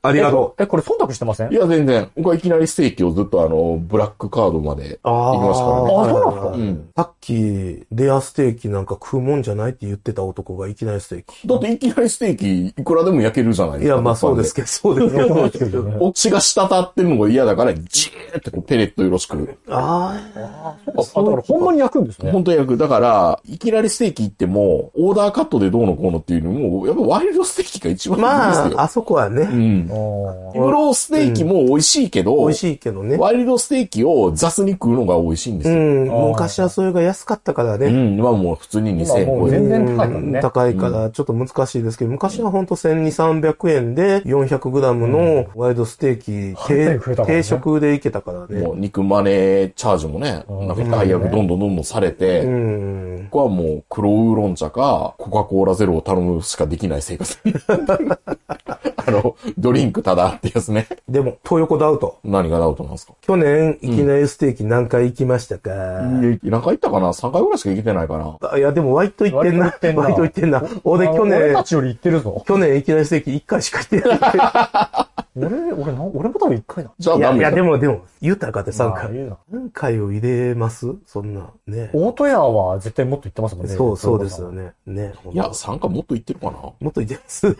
Speaker 1: ありがと
Speaker 4: え、これ忖度してません
Speaker 3: いや、全然。僕はいきなりステーキをずっとあの、ブラックカードまで。
Speaker 1: う。あ
Speaker 3: 行きますか
Speaker 4: ね
Speaker 3: ら
Speaker 4: あそうなん
Speaker 1: か
Speaker 4: で
Speaker 3: うん。
Speaker 1: さっき、レアステーキなんか食うもんじゃないって言ってた男がいきなりステーキ。
Speaker 3: だっていきなりステーキ、いくらでも焼けるじゃない
Speaker 1: い
Speaker 3: ですか。
Speaker 1: や、まあそうですけど、そうですけど。
Speaker 4: そうですけどね
Speaker 3: お血が滴ってるのが嫌だから、ジーってこう、ペレットよろしく。
Speaker 1: ああ、
Speaker 4: あ、だからほんまに焼くんですね。
Speaker 3: 本当に焼く。だから、いきなりステーキ行っても、オーダーカットでどうのこうのっていうのも、やっぱワイルドステーキが一番いいです
Speaker 1: ま
Speaker 3: よ。
Speaker 1: あ、あそこは
Speaker 3: う
Speaker 1: ね、
Speaker 4: あ
Speaker 3: ん。プロステーキも美味しいけど、
Speaker 1: 美味しいけどね。
Speaker 3: ワイルドステーキを雑に食うのが美味しいんで
Speaker 1: う
Speaker 3: すよ。
Speaker 1: ん。
Speaker 4: あー
Speaker 1: 昔はそれが安かったから
Speaker 3: う
Speaker 1: ね。
Speaker 3: ん。今もう普通に2000円
Speaker 4: 今も
Speaker 3: 超
Speaker 4: う
Speaker 3: える。
Speaker 4: 全然高いからね
Speaker 1: うん高いから、ちょっと難しいですけど、昔はほんと1200、300円で 400g のワイルドステーキ、
Speaker 4: 半分増え
Speaker 1: 定
Speaker 4: たからね
Speaker 1: 定食でいけたからね
Speaker 3: も。う肉マネーチャージもね、
Speaker 4: うん
Speaker 3: なんか解約どんどんどんどんされて、
Speaker 1: うん。
Speaker 3: 僕はもう黒ウーロン茶かコカ・コーラゼロを頼むしかできない生活。 あの、ドリンクただってやつね。
Speaker 1: でも、東横ダウト。
Speaker 3: 何がダウトなんですか
Speaker 1: 去年、いきなりステーキ何回行きましたか、
Speaker 3: いや何回行ったかな ?3 回ぐらいしか行けてないかな
Speaker 1: あいや、でも割と行ってんな。
Speaker 4: 割と行ってんな
Speaker 1: 割と行ってんな。俺
Speaker 4: あ
Speaker 1: 去
Speaker 4: 俺た
Speaker 1: 年、
Speaker 4: ちより行ってるぞ。
Speaker 1: 去年いきなりステーキ1回しか行ってない。
Speaker 4: 俺、俺な、俺も多分一回な。
Speaker 3: じゃあ
Speaker 1: い
Speaker 3: ダ
Speaker 1: や、い
Speaker 3: メ
Speaker 1: や
Speaker 3: だ
Speaker 1: で。も、でも、豊かで3
Speaker 4: まあ
Speaker 1: 回。
Speaker 4: 言うな
Speaker 1: 何回を入れますそんな。ね。
Speaker 4: 大戸屋は絶対もっと行ってますもんね。
Speaker 1: そう、そうです
Speaker 4: よ
Speaker 1: よね。ね。ほん
Speaker 3: い
Speaker 1: と
Speaker 3: や、3回もっと行ってるかな
Speaker 1: もっといてます。 い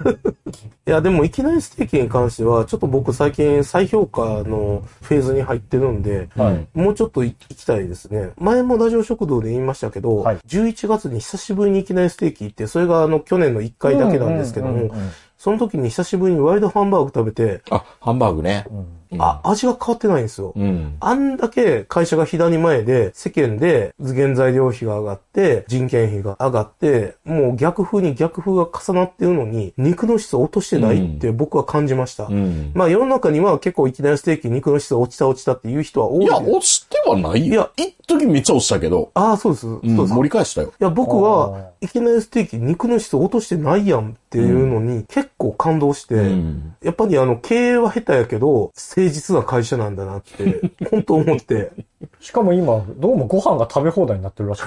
Speaker 1: や、でも、いきなりステーキに関しては、ちょっと僕最近再評価のフェーズに入ってるんで、
Speaker 4: はい
Speaker 3: うん
Speaker 1: もうちょっと行きたいですね。前もラジオ食堂で言いましたけど、
Speaker 4: はい
Speaker 1: 11月に久しぶりにいきなりステーキ行って、それがあの去年の1回だけなんですけど
Speaker 4: うんうん
Speaker 1: も
Speaker 4: うんうん、
Speaker 1: その時に久しぶりにワイルドハンバーグ食べて、
Speaker 3: あ、ハンバーグね。うん
Speaker 1: あ、味が変わってないんですよ。
Speaker 3: うん。
Speaker 1: あんだけ会社が左前で、世間で原材料費が上がって、人件費が上がって、もう逆風に逆風が重なってるのに、肉の質を落としてないって僕は感じました。
Speaker 3: うん。
Speaker 1: まあ世の中には結構いきなりステーキ肉の質落ちた落ちたっていう人は多い
Speaker 3: い
Speaker 1: です
Speaker 3: や、落ちてはない
Speaker 1: い
Speaker 3: い
Speaker 1: や
Speaker 3: や、一時めっちゃ落ちたけど、
Speaker 1: ああ、そうです。そう
Speaker 3: うん、
Speaker 1: です。
Speaker 3: 盛り返したよ。
Speaker 1: いや、僕
Speaker 4: あ
Speaker 1: は、いきなりステーキ、肉の質落としてないやんっていうのに、結構感動して、
Speaker 3: うん。
Speaker 1: やっぱりあの、経営は下手やけど、誠実な会社なんだなって、本当思って。
Speaker 4: しかも今、どうもご飯が食べ放題になってるらしい。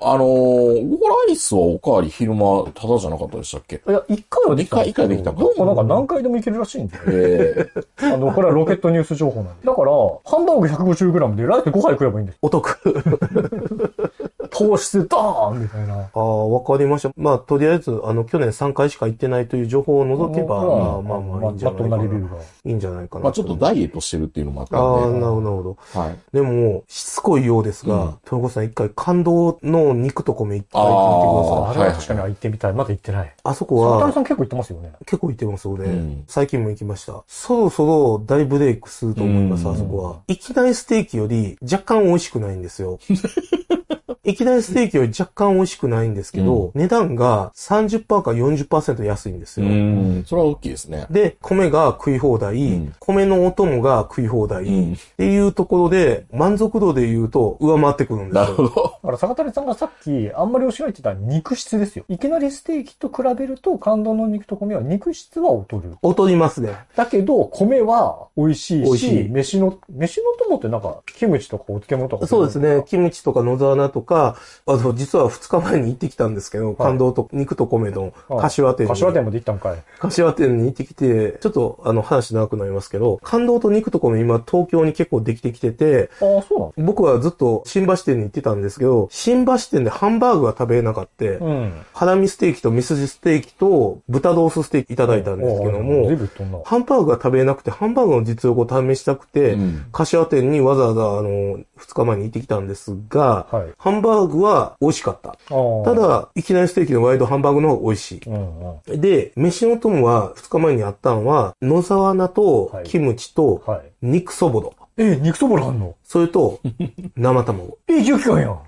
Speaker 3: あのー、ゴライスはおかわり昼間、ただじゃなかったでしたっけ
Speaker 4: いや、一回はできたんですけど。
Speaker 3: 一回一回できたか
Speaker 4: どうもなんか何回でもいけるらしいんで。
Speaker 3: ええ
Speaker 4: あの、これはロケットニュース情報なんで。だから、ハンバーグ 150g でライト5杯食えばいいんです。
Speaker 1: お得。
Speaker 4: 糖質ダーンみたいな。
Speaker 1: ああ、わかりました。まあ、とりあえず、あの、去年3回しか行ってないという情報を除けば、まあまあまあ、いいんじゃない
Speaker 4: ま
Speaker 1: かな。
Speaker 4: っとうなレビ
Speaker 1: い
Speaker 4: ューが。
Speaker 1: いんじゃないかな。
Speaker 3: まあちょっとダイエットしてるっていうのもあっ
Speaker 1: ああ
Speaker 3: た
Speaker 1: ー、な
Speaker 3: んで
Speaker 1: る。ほど、なるほど。
Speaker 3: はい。
Speaker 1: でも、しつこいようですが、
Speaker 3: うん
Speaker 1: 豊子さん一回感動の肉と米一回
Speaker 3: あ
Speaker 1: 行ってみてください。
Speaker 3: ー
Speaker 4: ああれは確かに行ってみたい。まだ行ってない。
Speaker 1: あそこ
Speaker 4: 渡
Speaker 1: は
Speaker 4: 辺、さん結構行ってますよね。
Speaker 1: 結構行ってます、俺。
Speaker 3: うん
Speaker 1: 最近も行きました。そろそろ大ブレイクすると思います、
Speaker 3: うん
Speaker 1: あそこは。いきなりステーキより若干美味しくないんです よ。いきなりステーキより若干美味しくないんですけど、値段が30%か40%安いんです
Speaker 3: う
Speaker 1: よ。
Speaker 3: ん。それは大きいですね。
Speaker 1: で、米が食い放題、
Speaker 3: うん
Speaker 1: 米のお供が食い放題、
Speaker 3: う
Speaker 1: っ
Speaker 3: ん。
Speaker 1: ていうところで、満足度で言うと上回ってくるんですよ。
Speaker 3: なるほど。
Speaker 4: だから、坂谷さんがさっき、あんまりおっしゃられてた肉質ですよ。いきなりステーキと比べると、感動の肉と米は肉質は劣る。
Speaker 1: 劣りますね。
Speaker 4: だけど、米は美味しい
Speaker 1: 美
Speaker 4: し、
Speaker 1: 味しい
Speaker 4: 飯の、飯の友ってなんか、キムチとかお漬物とか。
Speaker 1: そうですね。。キムチとか野沢菜とか、は、あの、実は2日前に行ってきたんですけど、感動と、肉と米の
Speaker 4: はい
Speaker 1: 柏店に。
Speaker 4: 柏店まで行ったんかい。
Speaker 1: 柏店に行ってきて、ちょっとあの話長くなりますけど、感動と肉と米今東京に結構できてきてて、
Speaker 4: ああ、そうなの
Speaker 1: 僕はずっと新橋店に行ってたんですけど、新橋店でハンバーグが食べれなかった。
Speaker 4: うん。
Speaker 1: ハラミステーキとミスジステーキと豚ロースステーキいただいたんですけど
Speaker 4: 随
Speaker 1: も、
Speaker 4: 分飛んだ。
Speaker 1: ハンバーグが食べれなくて、ハンバーグの実力を試したくて、柏店にわざわざあの、2日前に行ってきたんですが、
Speaker 4: はい
Speaker 1: ハンバーグは美味しかった。
Speaker 4: た
Speaker 1: た、だ、いきなりステーキのワイドハンバーグの方が美味しい。
Speaker 4: うんうん。
Speaker 1: で、飯の友は2日前にあったんは、野沢菜と
Speaker 4: はい
Speaker 1: キムチと
Speaker 4: はい。
Speaker 1: 肉そぼろ。
Speaker 4: え、肉そぼろあんの
Speaker 1: それ と、生卵。
Speaker 4: 永久期間やん。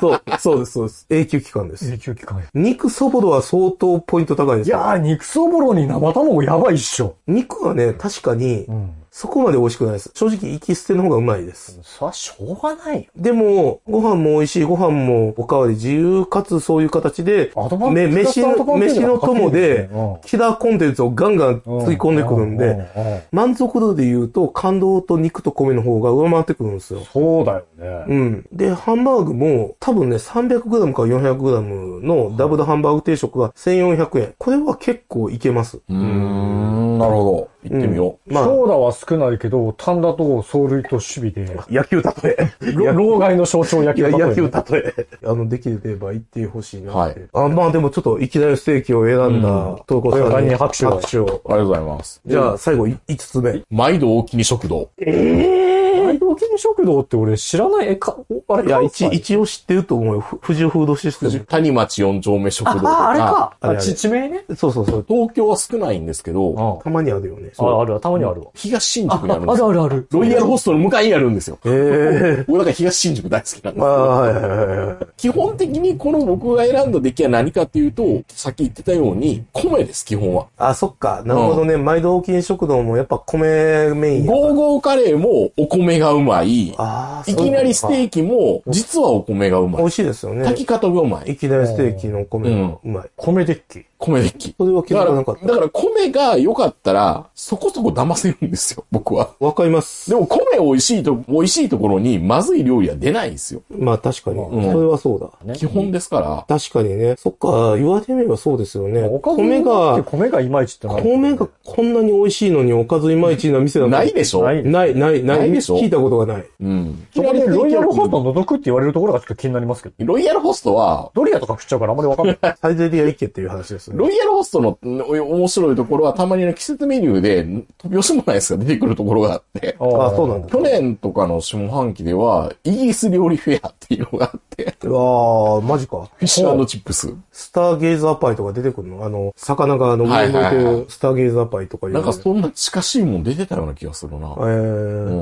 Speaker 1: そう、そうです、そうです。永久期間です。
Speaker 4: 永久期間やん。
Speaker 1: 肉そぼろは相当ポイント高いで
Speaker 4: い
Speaker 1: すよ。
Speaker 4: やー、肉そぼろに生卵やばいっしょ。
Speaker 1: 肉はね、確かに
Speaker 4: う、ん。
Speaker 1: そこまで美味しくないです。正直、生き捨ての方がうまいです。
Speaker 4: それはしょうがないよ。
Speaker 1: でも、ご飯も美味しい、ご飯もおかわり自由、かつそういう形で、
Speaker 4: アドバン
Speaker 1: め飯の
Speaker 4: アドバンテージ
Speaker 1: 飯の友で
Speaker 4: うんうん
Speaker 1: キラーコンテンツをガンガン
Speaker 4: う
Speaker 1: つぎ込んでくるん
Speaker 4: う
Speaker 1: で、
Speaker 4: ううん
Speaker 1: 満足度で言うと、感動と肉と米の方が上回ってくるんですよ。
Speaker 4: そうだよね。
Speaker 1: うん。で、ハンバーグも、多分ね、300g から 400g のダブルハンバーグ定食が1400円。これは結構いけます。
Speaker 3: うーん、なるほど。行ってみよ
Speaker 1: まあ、
Speaker 4: 長打は少ないけど、単打と走塁と守備で、
Speaker 1: 野球例え。
Speaker 4: ろ老害の象徴野
Speaker 1: い
Speaker 4: 球
Speaker 1: や、
Speaker 4: だと
Speaker 1: 野
Speaker 4: よね
Speaker 1: 球例え。あの、できれば言ってほしいなって。
Speaker 3: は
Speaker 1: あまあでもちょっと、いきなりステーキを選ん
Speaker 3: うん
Speaker 1: だ、トルコさ
Speaker 4: これ
Speaker 1: ん
Speaker 4: は
Speaker 1: に
Speaker 4: 大変拍手を
Speaker 1: 拍手を。
Speaker 3: う。ありがとうございます。
Speaker 1: じゃあ、最後、い5つ目。
Speaker 3: 毎度大きに食堂。
Speaker 4: 大道金食堂って俺知らない、え、か、おあれ
Speaker 1: いや、
Speaker 4: 関
Speaker 1: 一
Speaker 4: 西、
Speaker 1: 一応知ってると思うよ。ふ富士フードシステム。
Speaker 3: 谷町四丁目食堂
Speaker 4: あ
Speaker 3: と
Speaker 4: あ、あれ
Speaker 3: か。
Speaker 4: か。
Speaker 1: あれあれ
Speaker 4: あ、ち地名ね。
Speaker 1: そうそうそう。
Speaker 3: 東京は少ないんですけど、
Speaker 4: あ
Speaker 1: たまにあるよね。
Speaker 4: あ、ある、たまにあるわ。
Speaker 3: 東新
Speaker 4: あ、
Speaker 3: 宿にあるんです
Speaker 4: あ
Speaker 3: よ。
Speaker 4: るあるあ
Speaker 3: ロイヤ
Speaker 4: る。
Speaker 3: ルホストの向かいにあるんですよ。
Speaker 1: ええ
Speaker 3: 僕だから東新宿大好きな
Speaker 1: ー。
Speaker 3: んで
Speaker 1: まあ、はいはいはいはい。
Speaker 3: す。基本的にこの僕が選んだ出来は何かっていうと、さっき言ってたように、米です、基本は。
Speaker 1: あ、そっか。なるほどね。毎度金食堂もやっぱ米メインやから。
Speaker 3: ゴーゴーカレーもお米がうまい。
Speaker 1: ああ、
Speaker 3: いきなりス
Speaker 1: キ。
Speaker 3: テーキも、実はお米がうま
Speaker 1: 美
Speaker 3: い。
Speaker 1: 味しいですよね。
Speaker 3: 炊き方がうまい。
Speaker 1: いきなりステーキのお米がうまい。
Speaker 4: 米デッキ。
Speaker 3: 米でき。
Speaker 1: それは気
Speaker 3: だ
Speaker 1: づ
Speaker 3: か、
Speaker 1: からなか
Speaker 3: だ
Speaker 1: っ
Speaker 3: か
Speaker 1: た。
Speaker 3: ら米が良かったら、そこそこ騙せるんですよ、僕は。
Speaker 1: わかります。
Speaker 3: でも米美味しいと、美味しいところにまずい料理は出ないんですよ。
Speaker 1: まあ確かに。
Speaker 3: うん
Speaker 1: それはそうだ。
Speaker 3: 基本ですから。
Speaker 1: 確かにね。そっか、言われてみればそうですよね。
Speaker 4: おかず
Speaker 1: 米
Speaker 4: って
Speaker 1: が、
Speaker 4: 米がいまいちってなる
Speaker 1: 米がこんなに美味しいのにおかずいまいちな店なんて
Speaker 3: ないでしょ
Speaker 4: ない
Speaker 1: ない、ない、ない。
Speaker 3: ないでしょ
Speaker 1: 聞いたことがない。
Speaker 3: うん。
Speaker 4: そこでロイヤルホストの覗くって言われるところがちょっと気になりますけど。
Speaker 3: ロイヤルホストは、
Speaker 4: ドリアとか食っちゃうからあんまりわか んない。
Speaker 1: サイゼリア行けっていう話ですね。
Speaker 3: ロイヤルホストのうん面白いところは、たまにの季節メニューで、飛びしもないやつが出てくるところがあって、
Speaker 1: あそうなんだ。
Speaker 3: 去年とかの下半期では、イギリス料理フェアっていうのがあって、
Speaker 1: うわあ、マジか。
Speaker 3: フィッシュチップス。
Speaker 1: スターゲイザーパイとか出てくるのあの、魚があの、
Speaker 3: は
Speaker 1: 上
Speaker 3: い
Speaker 1: に
Speaker 3: はい
Speaker 1: 向
Speaker 3: はいい
Speaker 1: てるスターゲイザーパイとかいう。
Speaker 3: なんかそんな近しいもん出てたような気がするな。
Speaker 1: えー、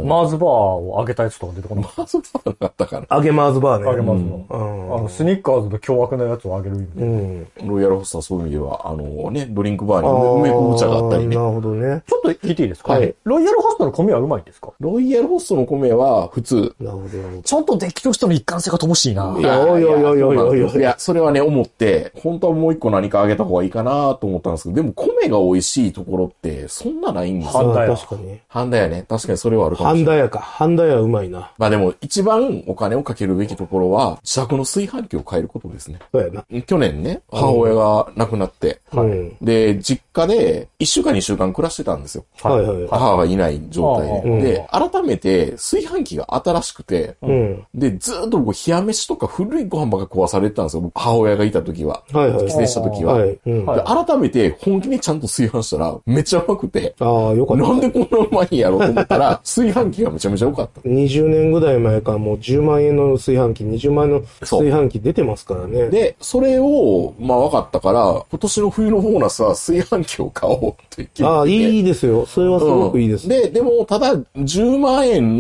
Speaker 3: うん
Speaker 4: マーズバーを揚げたやつとか出てこない。
Speaker 3: あ、そうなかったかな。
Speaker 1: 揚げマーズバーね。
Speaker 4: 揚げマーズバー。
Speaker 1: う
Speaker 4: あ
Speaker 1: ん。
Speaker 4: の、スニッカーズの凶悪なやつをあげる意味。
Speaker 1: うん。
Speaker 3: ロイヤルホストはそういう意味では、あのね、ドリンクバー
Speaker 1: あー
Speaker 3: に梅昆布茶があったりね
Speaker 1: な。るほどね。
Speaker 4: ちょっと聞いていいですか
Speaker 3: はい
Speaker 4: ロイヤルホストの米はうまいんですか
Speaker 3: ロイヤルホストの米は普通。
Speaker 1: なるほどなるほ
Speaker 2: ちゃんとデッキとしての一貫性が乏しいな。
Speaker 1: やいやいやいやいやいや
Speaker 3: そうなんですよいや、それはね、思って、本当はもう一個何かあげた方がいいかなと思ったんですけど、でも米が美味しいところって、そんなないんです
Speaker 1: ど。
Speaker 3: よ。
Speaker 4: 半田屋
Speaker 1: あー確かに。
Speaker 3: ハンダやね。確かにそれはあるかもし
Speaker 1: ハ
Speaker 3: れない。
Speaker 1: ンダ屋か。ハンダ屋うまいな。
Speaker 3: まあでも、一番お金をかけるべきところは、自宅の炊飯器を変えることですね。
Speaker 1: そうやな。
Speaker 3: 去年ね、母親が亡くなって、
Speaker 1: うん。
Speaker 3: で、実家で1週間2週間暮らしてたんですよ。
Speaker 1: はいはいはい。
Speaker 3: 母がいない状態
Speaker 4: うん
Speaker 1: うん
Speaker 3: で。で、改めて炊飯器が新しくて、
Speaker 1: うん。
Speaker 3: で、ずーっと僕、冷や飯とか古いご飯ばっか壊されてたんですよ。僕母親がいた時は。
Speaker 1: はいはい。
Speaker 3: 帰省した時は。
Speaker 1: は
Speaker 3: で
Speaker 1: い。うん。
Speaker 4: はい
Speaker 3: 改めて本気にちゃんと炊飯したら、めっちゃうまくて、
Speaker 1: ああ、よかっ
Speaker 3: な
Speaker 1: た。
Speaker 3: んでこんなうまいんやろうと思ったら、炊飯器がめちゃめちゃ良かった。
Speaker 1: 20年ぐらい前からもう10万円の炊飯器、20万円の
Speaker 3: そう
Speaker 1: 炊飯器出てますからね。
Speaker 3: で、それを、まあ分かったから、今年の冬のボーナスは炊飯器を買おうって決めて。
Speaker 1: ああ、いいですよ。それはすごくいいです。
Speaker 3: うんで、でも、ただ、10万円
Speaker 1: う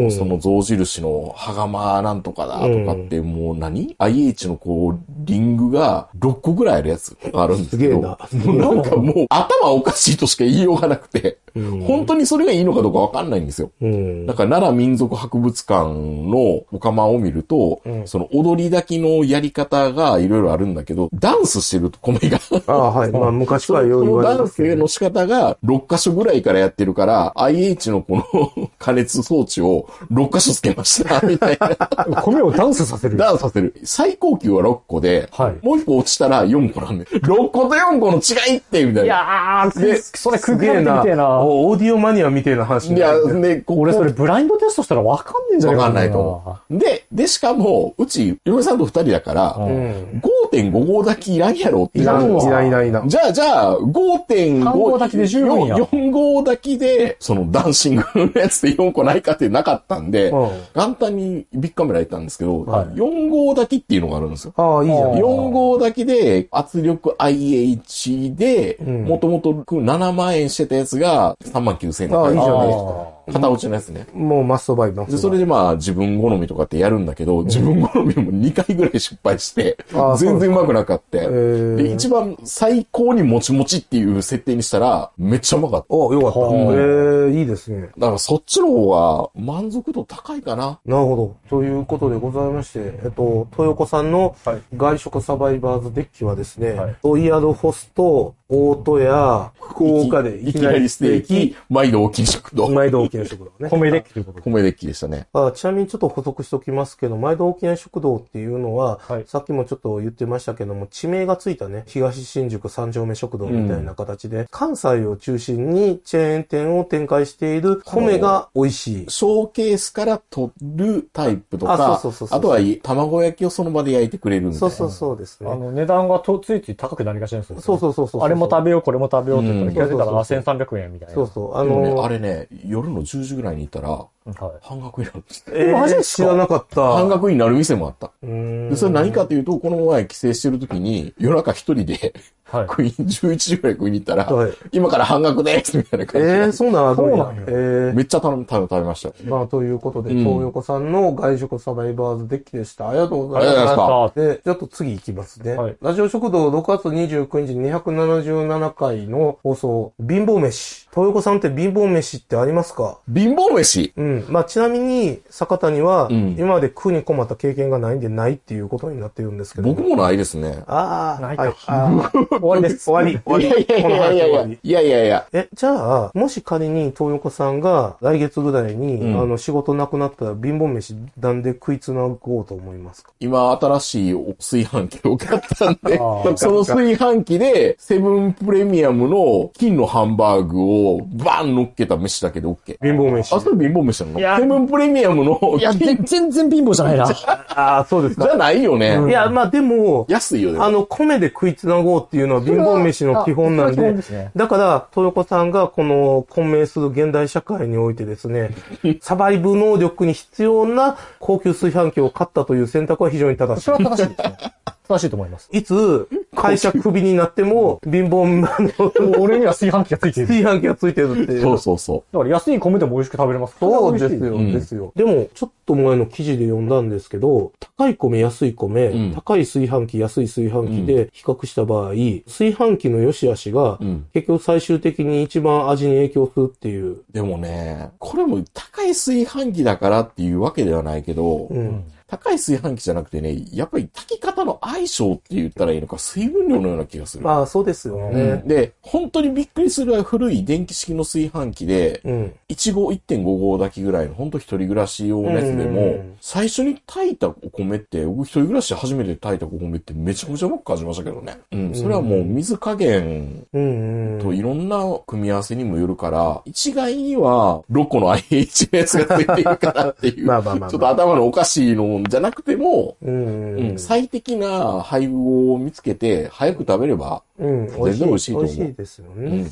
Speaker 3: の、
Speaker 1: ん
Speaker 3: その象印の、はがまなんとかだとかって、もう何 ?IH のこう、リングが6個ぐらいあるやつがあるんですけ
Speaker 1: すげえな
Speaker 3: ど。もうなんかもう、頭おかしいとしか言いようがなくて。
Speaker 1: うん
Speaker 3: 本当にそれがいいのかどうかわかんないんですよ。
Speaker 1: うん
Speaker 3: だ。から奈良民族博物館のお釜を見ると、
Speaker 1: うん
Speaker 3: その踊り炊きのやり方がいろいろあるんだけど、ダンスしてると、米が。
Speaker 1: ああ、はい。まあ、昔
Speaker 3: そ
Speaker 1: からよう言
Speaker 3: の
Speaker 1: わ
Speaker 3: ダ
Speaker 1: れて
Speaker 3: ン
Speaker 1: ます
Speaker 3: ス
Speaker 1: けど
Speaker 3: の仕方が6箇所ぐらいからやってるから、IH のこの 加熱装置を6箇所つけました、みたいな。
Speaker 4: 米をダンスさせる。
Speaker 3: ダンスさせる。最高級は6個で、
Speaker 4: はい
Speaker 3: もう1個落ちたら4個なんで、6個と4個の違いって、みたいな。
Speaker 4: いやー、
Speaker 3: で
Speaker 4: それ
Speaker 1: す
Speaker 4: 空気
Speaker 1: げえ
Speaker 4: 食べてみ
Speaker 1: な
Speaker 4: てえな。
Speaker 1: おオーディオマニアみたいな話
Speaker 3: い
Speaker 1: にな
Speaker 3: や
Speaker 1: る、
Speaker 3: ね、こ
Speaker 4: 俺それブラインドテストしたらわかんねえんじゃ
Speaker 3: わ
Speaker 4: ねえ
Speaker 3: か
Speaker 4: か
Speaker 3: んないと思う。で、で、しかも、うち、嫁さんと二人だから、
Speaker 4: うん
Speaker 1: うん。
Speaker 3: 5.5号炊きいらんやろって
Speaker 1: いら
Speaker 4: いらん
Speaker 1: ん、
Speaker 4: わ
Speaker 1: いないいないいな。
Speaker 3: じゃあ、じゃあ、5.5。
Speaker 4: 半合炊きで十分や
Speaker 3: 4号炊きで、そのダンシングのやつで4個ないかってなかったんで、
Speaker 1: うん
Speaker 3: 簡単にビッグカメラやったんですけど、
Speaker 4: はい
Speaker 3: 4号炊きっていうのがあるんですよ。
Speaker 1: ああ、いいじゃ
Speaker 4: あ
Speaker 1: ん
Speaker 4: ー。
Speaker 3: 4号だけで圧力 IH で、
Speaker 1: うん
Speaker 3: もともと7万円してたやつが3万9千円
Speaker 1: あいいじゃないです
Speaker 4: か。
Speaker 3: 片落ちのやつね。
Speaker 1: もうマストバイなん
Speaker 3: で、それでまあ自分好みとかってやるんだけど、自分好みも2回ぐらい失敗して
Speaker 1: あ、ー
Speaker 3: 全然うまくなかった。
Speaker 1: ー
Speaker 3: で、一番最高にもちもちっていう設定にしたら、めっちゃうまかった。
Speaker 1: お、よかった。
Speaker 4: はあ
Speaker 1: ええ、いいですね。
Speaker 3: だからそっちの方が満足度高いかな。
Speaker 1: なるほど。ということでございまして、えっと、豊子さんの
Speaker 4: はい
Speaker 1: 外食サバイバーズデッキはですね、
Speaker 4: はい
Speaker 1: おい、イアドホスト、大戸屋、福岡で
Speaker 3: いきなりステーキ、毎度大きい食堂。
Speaker 1: 毎度大きな食堂ね。
Speaker 4: 米でということで。
Speaker 3: 米デッキでしたね。
Speaker 1: あちなみにちょっと補足しておきますけど、毎度沖縄食堂っていうのは、
Speaker 4: はい
Speaker 1: さっきもちょっと言ってましたけども、地名がついたね、東新宿三丁目食堂みたいな形で、関西を中心にチェーン店を展開している米が美味しい。
Speaker 3: ショーケースから取るタイプとか、
Speaker 1: あ
Speaker 3: あ
Speaker 1: そうそうそうそう
Speaker 3: とは卵焼きをその場で焼いてくれるみたい
Speaker 1: そ
Speaker 3: な。
Speaker 1: うそうそうです
Speaker 4: あ
Speaker 1: ね。
Speaker 4: の、値段がとついつい高くなりがちなんですよ。
Speaker 1: そうそうそうそう。
Speaker 4: あれも食べよう、これも食べようって言ったら、
Speaker 1: うん
Speaker 4: 気がついたら1300円みたいな。
Speaker 1: そうそう。あ
Speaker 3: でもね、
Speaker 1: の、
Speaker 3: あれね、夜の10時ぐらいに行ったら、
Speaker 4: はい。
Speaker 3: 半額になるんです
Speaker 1: えー
Speaker 4: でもマジです
Speaker 1: 知
Speaker 4: から
Speaker 1: なかった。
Speaker 3: 半額になる店もあった。
Speaker 1: うー
Speaker 3: で
Speaker 1: ん。
Speaker 3: それ何かというと、この前帰省してる時に、夜中一人で
Speaker 4: はい。
Speaker 3: 食い、11時ぐらい食いに行ったら、
Speaker 1: はい
Speaker 3: 今から半額ですみたいな
Speaker 1: え
Speaker 3: 感じで、
Speaker 1: ー、そうなんある
Speaker 4: そうなんよ
Speaker 1: えー
Speaker 3: めっちゃ頼む、食べ食べました。
Speaker 1: まあ、ということで、
Speaker 3: うん
Speaker 1: 東横さんの外食サバイバーズデッキでした。ありがとうございま
Speaker 3: ありがとうございま
Speaker 1: した
Speaker 3: すか
Speaker 1: で、ちょっと次行きますね。
Speaker 4: はい
Speaker 1: ラジオ食堂6月29日277回の放送、貧乏飯。豊子さんって貧乏飯ってありますか
Speaker 3: 貧乏飯
Speaker 1: うん。まあ、ちなみに、坂谷は、
Speaker 3: うん
Speaker 1: 今まで食うに困った経験がないんでないっていうことになってるんですけど。
Speaker 3: 僕もないですね。
Speaker 1: ああ、
Speaker 4: ないか
Speaker 1: はい、あー
Speaker 4: 終わりで す。
Speaker 1: 終わり、終わり。
Speaker 3: いやいやい
Speaker 1: この話
Speaker 3: やいや
Speaker 1: 終
Speaker 3: い
Speaker 1: わ
Speaker 3: や
Speaker 1: り
Speaker 3: い。やいやいや。
Speaker 1: え、じゃあ、もし仮に東横さんが来月ぐらいに、
Speaker 3: うん
Speaker 1: あの、仕事なくなったら貧乏飯なんで食いつなごうと思いますか
Speaker 3: 今、新しいお炊飯器を買ったんで
Speaker 4: あ、ー
Speaker 3: その炊飯器で、セブンプレミアムの金のハンバーグをバーン乗っけた飯だけで OK。
Speaker 1: 貧乏飯
Speaker 3: あ、それ貧乏飯
Speaker 4: い
Speaker 3: なの
Speaker 4: や
Speaker 3: セブンプレミアムの
Speaker 2: いや、
Speaker 3: 金
Speaker 2: ぜ全然貧乏じゃないな。
Speaker 1: ああ、そうです
Speaker 3: じゃないよね。
Speaker 1: いや、まあでも、
Speaker 3: 安いよね。
Speaker 1: あの、米で食いつなごうっていうのは貧乏飯の基本なん
Speaker 4: それは基本
Speaker 1: で
Speaker 4: で、すね
Speaker 1: だから、豊子さんがこの混迷する現代社会においてですね、サバイブ能力に必要な高級炊飯器を買ったという選択は非常に正し
Speaker 4: それは正しいですね。正しいと思います。
Speaker 1: い。いつ、会社クビになっても、貧乏、あの、
Speaker 4: 俺には炊飯器がついてる。
Speaker 1: 炊飯器がついてるっていう。
Speaker 3: そうそうそう。
Speaker 4: だから安い米でも美味しく食べれます。
Speaker 1: そうです
Speaker 4: よ。
Speaker 1: よ、
Speaker 3: うん
Speaker 1: ですよ。でも、ちょっと前の記事で読んだんですけど、高い米、安い米、
Speaker 3: うん
Speaker 1: 高い炊飯器、安い炊飯器で比較した場合、炊飯器の良し悪しが、
Speaker 3: うん
Speaker 1: 結局最終的に一番味に影響するっていう。
Speaker 3: でもね、これも高い炊飯器だからっていうわけではないけど、
Speaker 1: うん。
Speaker 3: 高い炊飯器じゃなくてね、やっぱり炊き方の相性って言ったらいいのか、水分量のような気がする。
Speaker 1: まあ、そうですよ
Speaker 3: う
Speaker 1: ね
Speaker 3: ん。で、本当にびっくりするぐらい古い電気式の炊飯器で、
Speaker 1: うん。
Speaker 3: 1号1.5号炊きぐらいの、ほんと一人暮らし用のやつで
Speaker 1: うんうんう
Speaker 3: も
Speaker 1: ん、
Speaker 3: 最初に炊いたお米って、僕一人暮らしで初めて炊いたお米ってめちゃくちゃうまく感じましたけどね。うん。それはもう水加減
Speaker 1: うん、う
Speaker 3: と
Speaker 1: ん。
Speaker 3: いろんな組み合わせにもよるから、一概には6個の IH のやつがついてるからっていう、
Speaker 1: まあまあまあまあ
Speaker 3: ちょっと頭のおかしいのじゃなくても、
Speaker 1: うん
Speaker 3: う。ん、最適な配合を見つけて、早く食べれば、
Speaker 1: うん。美味しい。
Speaker 3: 全然美味しいと思う
Speaker 1: ですよ
Speaker 3: う
Speaker 1: ね。
Speaker 3: ん、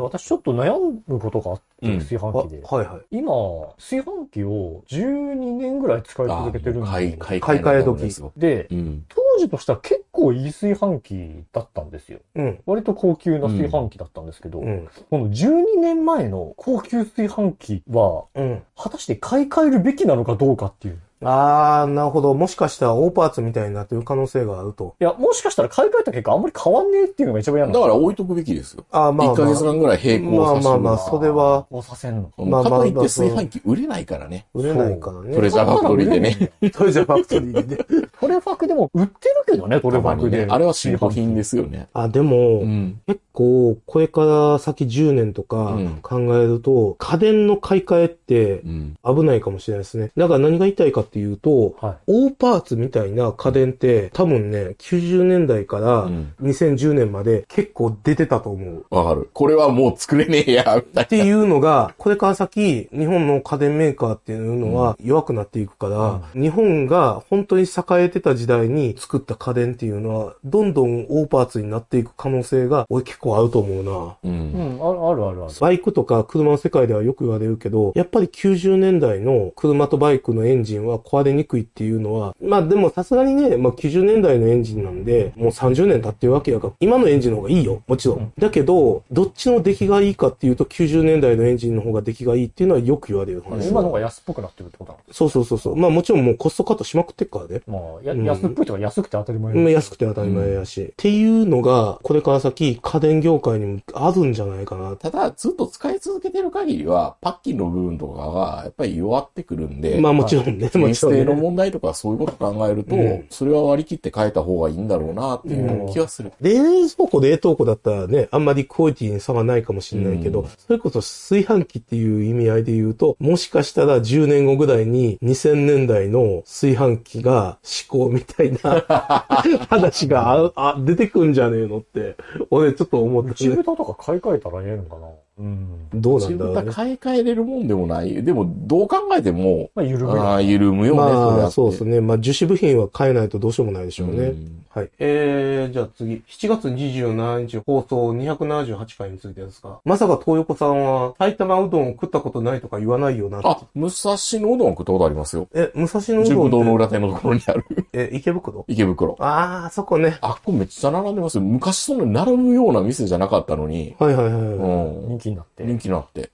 Speaker 4: 私ちょっと悩むことがあって、
Speaker 3: うん
Speaker 4: 炊
Speaker 1: あ
Speaker 4: 飯器で。
Speaker 1: はいはい。
Speaker 4: 今、炊飯器を12年ぐらい使い続けてるんで
Speaker 3: 買い、買い、
Speaker 1: 買い替え時
Speaker 3: ですよ。
Speaker 4: で、
Speaker 3: うん。
Speaker 4: 当時としては結構いい炊飯器だったんですよ。
Speaker 1: うん。
Speaker 4: 割と高級な炊飯器だったんですけど、
Speaker 1: うん。
Speaker 4: この12年前の高級炊飯器は、
Speaker 1: うん。
Speaker 4: 果たして買い替えるべきなのかどうかっていう。
Speaker 1: あー、なるほど。もしかしたら大パーツみたいになってる可能性があると。
Speaker 4: いや、もしかしたら買い替えた結果あんまり変わんねえっていうのが一番嫌な
Speaker 3: だ
Speaker 4: の。
Speaker 3: から置いとくべきですよ。
Speaker 1: あー、まあ、ま
Speaker 3: 1
Speaker 1: あ。
Speaker 3: ヶ月間ぐらい並行させて
Speaker 1: まあまあまあそれは。
Speaker 4: をさせんの。
Speaker 3: うん
Speaker 1: まあ
Speaker 3: か
Speaker 1: まあ
Speaker 3: といって
Speaker 1: まあ
Speaker 3: 炊飯器売れないからね。
Speaker 1: 売れないからね。
Speaker 3: トレジャーファクトリーでね。
Speaker 1: トレジャーファクトリー でね。
Speaker 4: トレファクでも売ってるけどね、トレ
Speaker 3: た
Speaker 4: フ
Speaker 3: ま
Speaker 4: ァク
Speaker 3: に
Speaker 4: で。
Speaker 3: ね。あれは新古品ですよね。
Speaker 1: あ、でも、
Speaker 3: うん。
Speaker 1: 結構、これから先10年とか
Speaker 3: うん
Speaker 1: 考えると、家電の買い替えって
Speaker 3: うん。
Speaker 1: 危ないかもしれないですね。だから何が言いたいかっていうと、
Speaker 4: は
Speaker 1: 大パーツみたいな家電って多分ね、90年代か
Speaker 3: う
Speaker 1: ら
Speaker 3: ん
Speaker 1: 2010年まで結構出てたと思う。
Speaker 3: わかる。これはもう作れねえや、みたい
Speaker 1: っていうのが、これから先、日本の家電メーカーっていうのは弱くなっていくから、日本が本当に栄えてた時代に作った家電っていうのは、どんどん大パーツになっていく可能性が、俺結構あると思うな。
Speaker 3: な。う。
Speaker 4: い。うんん、ああるあるある。
Speaker 1: バイクとか車の世界ではよく言われるけど、やっぱり90年代の車とバイクのエンジンは壊れにくいっていうのは、まあでもさすがにね、まあ90年代のエンジンなんで、もう30年経ってるわけやから、今のエンジンの方がいいよ、もちろん。だけど、どっちの出来がいいかっていうと90年代のエンジンの方が出来がいいっていうのはよく言われる話。
Speaker 4: 今の方が安っぽくなってるってことな
Speaker 1: そうそうそうそう。まあもちろんもうコストカットしまくってっからね。
Speaker 4: のまあ、や
Speaker 1: うん
Speaker 4: 安っぽいとか安くて当たり前
Speaker 1: まあ安
Speaker 4: く
Speaker 1: くて当たり前やし。っていうのが、これから先家電業界にもあるんじゃないかな。
Speaker 3: ただ、ずっと使い続けてる限りは、パッキンの部分とかが、やっぱり弱ってくるんで、
Speaker 1: まあもちろんね、も
Speaker 3: 年
Speaker 1: ちろん
Speaker 3: 性
Speaker 1: ね
Speaker 3: の問題とかそういうこと考えると、
Speaker 1: うん
Speaker 3: それは割り切って変えた方がいいんだろうな、っていう気はする。
Speaker 1: 冷蔵庫、冷凍庫だったらね、あんまりクオリティに差はないかもしれないけど、
Speaker 3: うん
Speaker 1: それこそ炊飯器っていう意味合いで言うと、もしかしたら10年後ぐらいに2000年代の炊飯器が思考みたいな 話がああ 出てくんじゃねえのって、俺ちょっと思った
Speaker 4: 内
Speaker 1: ね。
Speaker 4: 蓋とか買い替えたらええのかなうん。
Speaker 1: どうな
Speaker 3: 自
Speaker 1: んだ
Speaker 3: 分
Speaker 1: ろう
Speaker 3: が
Speaker 1: ね。
Speaker 3: 買い替えれるもんでもない。でも、どう考えても、
Speaker 4: まあ、緩め
Speaker 3: ああ、緩むよね、
Speaker 1: まあ、そうです
Speaker 3: ね。
Speaker 1: ね。まあ、樹脂部品は買えないとどうしようもないでしょうね。
Speaker 3: うん
Speaker 1: はい。えー、じゃあ次。7月27日放送278回についてですが、まさか東横さんは埼玉うどんを食ったことないとか言わないよなって。
Speaker 3: あ、武蔵野うどんは食ったことありますよ。
Speaker 1: え、武蔵野うどん
Speaker 3: 中
Speaker 1: って
Speaker 3: 道の裏手のところにある
Speaker 1: え、池袋
Speaker 3: 池袋。
Speaker 1: あー、そこね。
Speaker 3: あっこめっちゃ並んでますよ。昔そんなに並ぶような店じゃなかったのに、
Speaker 1: はいはいはいうはい。
Speaker 3: ん。
Speaker 4: 人気になって。
Speaker 3: 人気になって。テ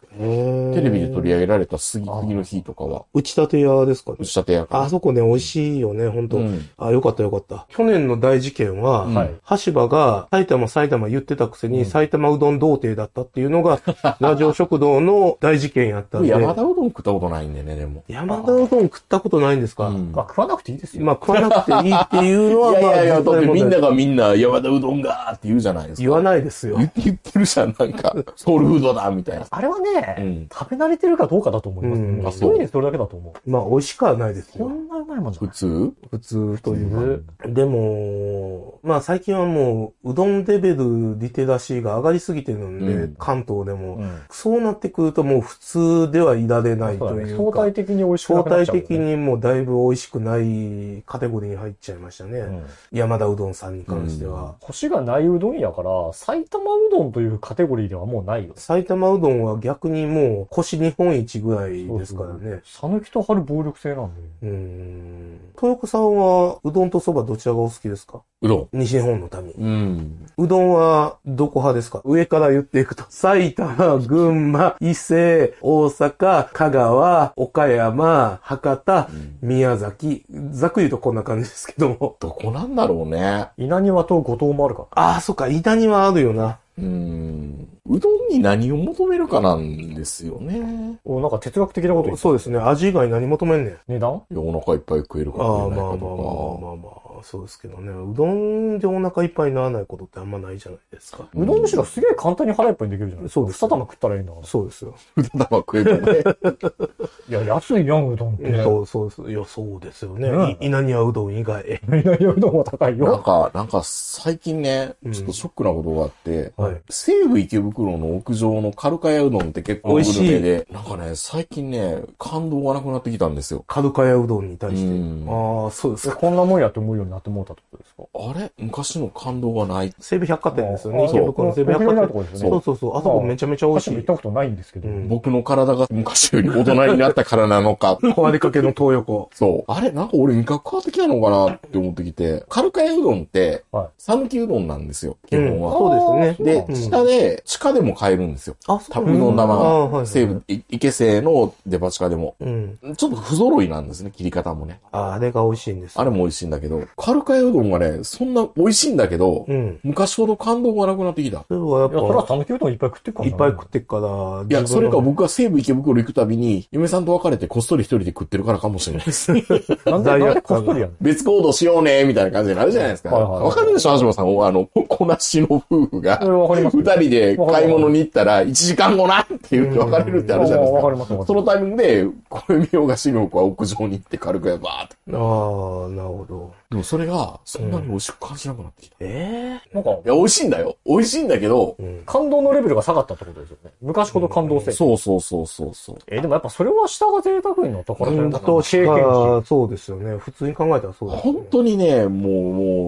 Speaker 1: テ
Speaker 3: レビで
Speaker 1: り。
Speaker 3: 取り上げられた杉杉の日とかは、
Speaker 1: 打ち立て屋ですかね
Speaker 3: 打ち。立てやから。
Speaker 1: あそこね、美味しいよね、本当、
Speaker 3: うん
Speaker 1: あ、よかったよかった。去年の大事件は、
Speaker 3: うん
Speaker 4: はい。
Speaker 1: 橋場が埼玉埼玉言ってたくせに埼玉うどん童貞だったっていうの が、ラジオ食堂の大事件やったん
Speaker 3: 僕
Speaker 1: で。
Speaker 3: 山田うどん食ったことないんでね、でも。
Speaker 1: 山田うどん食ったことないんですか、
Speaker 3: うん
Speaker 4: まあ、食わなくていいですよ。
Speaker 1: まあ食わなくていいっていうの
Speaker 3: い
Speaker 1: は、
Speaker 3: やいやいや、
Speaker 1: ま
Speaker 3: だ
Speaker 1: あ
Speaker 3: ってみんな
Speaker 1: が
Speaker 3: がみんな山田うどんがーって言うじゃないです
Speaker 1: 言
Speaker 3: か。
Speaker 1: わないですよ。
Speaker 3: 言言ってるじゃん、な んか。ソウルフードだ、みたいな。
Speaker 4: あれはね、
Speaker 3: うん
Speaker 4: 食べ慣れてるかどうかだと思います、ね
Speaker 1: うん
Speaker 4: 一人でそれだけだと思う。
Speaker 1: まあ美味しくはないです
Speaker 4: こ
Speaker 1: よ。
Speaker 4: んなうまいもんじゃ
Speaker 3: 普
Speaker 4: ない。
Speaker 3: 通
Speaker 1: 普通というか
Speaker 4: 普
Speaker 1: でも、まあ最近はもう、うどんレベルリテラシーが上がりすぎてるんで、
Speaker 3: うん
Speaker 1: 関東でも、
Speaker 4: うん
Speaker 1: そうなってくるともう普通ではいられない
Speaker 4: そう
Speaker 1: と
Speaker 4: だね
Speaker 1: いうか。
Speaker 4: 相対的に美味しくな
Speaker 1: 相
Speaker 4: くなっ
Speaker 1: 対
Speaker 4: ちゃうよ
Speaker 1: 的にもうだいぶ美味しくないカテゴリーに入っちゃいましたね。
Speaker 4: ね。うん
Speaker 1: 山田うどんさんに関しては。
Speaker 4: 腰がないうどんやから、埼玉うどんというカテゴリーではもうないよ。
Speaker 1: 埼玉うどんは逆にもう腰日本一ぐらいですからね。
Speaker 4: そうそう。讃岐と春暴力性なんで。
Speaker 1: うーん。豊子さんはうどんとそばどちらがお好きですか
Speaker 3: うど
Speaker 1: 西日本の民。
Speaker 3: ん。うん。
Speaker 1: うどんはどこ派ですか上から言っていくと。埼玉、群馬、伊勢、大阪、香川、岡山、博多、宮崎。ざっくり言うとこんな感じですけども。
Speaker 3: どこなんだろうね。
Speaker 4: 稲庭と五島もあるか
Speaker 1: ああ、そっか、稲庭あるよな。
Speaker 3: うん。うどんに何を求めるかなんですよね。
Speaker 4: ら。お、なんか哲学的なこと言って
Speaker 1: そうですね。味以外何求めんねん。
Speaker 4: 値段
Speaker 3: いやお腹いっぱい食えるか
Speaker 1: ああ、まあ
Speaker 3: 食え
Speaker 1: ま
Speaker 3: な
Speaker 1: あまあ
Speaker 3: いか
Speaker 1: ま
Speaker 3: と
Speaker 1: あまあ、そうですけどね。うどんでお腹いっぱいにならないことってあんまないじゃないですか。
Speaker 4: うどんむしろすげえ簡単に腹いっぱいにできるじゃない
Speaker 1: そうです
Speaker 4: 二玉食ったらいいんだから。
Speaker 1: そうですよ。
Speaker 3: か。うどんは食えるね。
Speaker 4: いや、安いやん、うどんって。稲
Speaker 1: そうそうです。いや、そうですよね。
Speaker 4: ね
Speaker 1: い稲庭うどん以外。
Speaker 4: 庭うどんは高い
Speaker 3: なん
Speaker 4: よ。
Speaker 3: か、なんか最近ね
Speaker 1: う、ん
Speaker 3: ちょっとショックなことがあって、
Speaker 1: はい。
Speaker 3: 西武池袋の屋上のカルカヤうどんって結構
Speaker 1: 美
Speaker 3: グ
Speaker 1: 味し
Speaker 3: ル
Speaker 1: い
Speaker 3: メで、なんかね、最近ね、感動がなくなってきたんですよ。
Speaker 1: カルカヤうどんに対して。
Speaker 3: うん
Speaker 1: ああ、そうですか。
Speaker 4: こんなもんやって思うようになってもうたってことですか
Speaker 3: あれ昔の感動がない。
Speaker 1: 西武百貨店ですよね。
Speaker 4: あ
Speaker 1: 池袋の西武百貨店。
Speaker 4: そうお昼のとこです
Speaker 1: そ
Speaker 4: よね
Speaker 1: うそうそう。あそこめちゃめちゃ美味
Speaker 4: 私
Speaker 1: し
Speaker 4: も行っ
Speaker 1: い。
Speaker 4: たことないんですけど、
Speaker 1: うん
Speaker 3: 僕の体が昔より大人になったからな のか。
Speaker 1: 壊れかけの東横。
Speaker 3: そう。あれなんか俺味覚変わってきたのかなって思ってきて、カルカヤうどんって
Speaker 4: はい、
Speaker 3: 讃岐うどんなんですよ、基本
Speaker 1: うん
Speaker 3: は。
Speaker 1: そうですね。
Speaker 3: で、
Speaker 1: うん
Speaker 3: 下で、地下でも買えるんですよ。
Speaker 1: あ、そ
Speaker 3: 多
Speaker 1: う
Speaker 3: 分うどん
Speaker 1: あ
Speaker 3: 玉
Speaker 1: はいは
Speaker 3: が、
Speaker 1: い
Speaker 3: 西武、い池西のデパ地下でも。
Speaker 1: うん。
Speaker 3: ちょっと不揃いなんですね、切り方もね。
Speaker 1: ああれが美味しいんです。
Speaker 3: あれも美味しいんだけど、カルカヤうどんがね、そんな美味しいんだけど、
Speaker 1: うん。
Speaker 3: 昔ほど感動がなくなってきた。
Speaker 1: それはや
Speaker 4: いや、それは
Speaker 1: っ
Speaker 4: 讃岐うどんいっぱい食ってっか
Speaker 1: ぱ、
Speaker 4: ら
Speaker 1: いっぱい
Speaker 4: っ
Speaker 1: 食ってっから。
Speaker 3: いや、
Speaker 1: 自
Speaker 3: それ
Speaker 1: 分
Speaker 3: か
Speaker 1: の
Speaker 3: 僕は西武池袋行くたびに、嫁さんと別れてこっそり一人で食ってるからかもしれな いです。
Speaker 4: てなんで、
Speaker 1: 罪悪感が
Speaker 4: なんでこっそりやん
Speaker 3: 別行動しようね、みたいな感じになるじゃないですか。
Speaker 4: はいはいはい
Speaker 3: わかるでしょ、橋本さん。あの、こなしの夫婦が、
Speaker 4: のわかります
Speaker 3: 二人で買い物に行ったら、1時間後なって言って別れるってあるじゃないで
Speaker 4: わ
Speaker 3: す
Speaker 4: か
Speaker 3: か。
Speaker 4: りますわか
Speaker 3: そ
Speaker 4: り
Speaker 3: の
Speaker 4: ます。
Speaker 3: タイミングで、これ見ようが死のうが屋上に行って軽くやばーって。
Speaker 1: ああ、なるほど。
Speaker 3: でもそれが、そんなに美味しく感じなくなってきた。
Speaker 1: え
Speaker 4: なんか、
Speaker 3: いや、美味しいんだよ。美味しいんだけど、
Speaker 1: えうん。
Speaker 4: 感動のレベルが下がったってことですよね。昔ほど感動せえ。
Speaker 3: そうそうそうそうそう。
Speaker 4: え、でもやっぱそれは下が贅沢になったからじゃない
Speaker 3: うん
Speaker 1: とし
Speaker 4: 経験
Speaker 1: か、そうですよね。普通に考えたらそうです、ね。
Speaker 3: 本当にね、もう、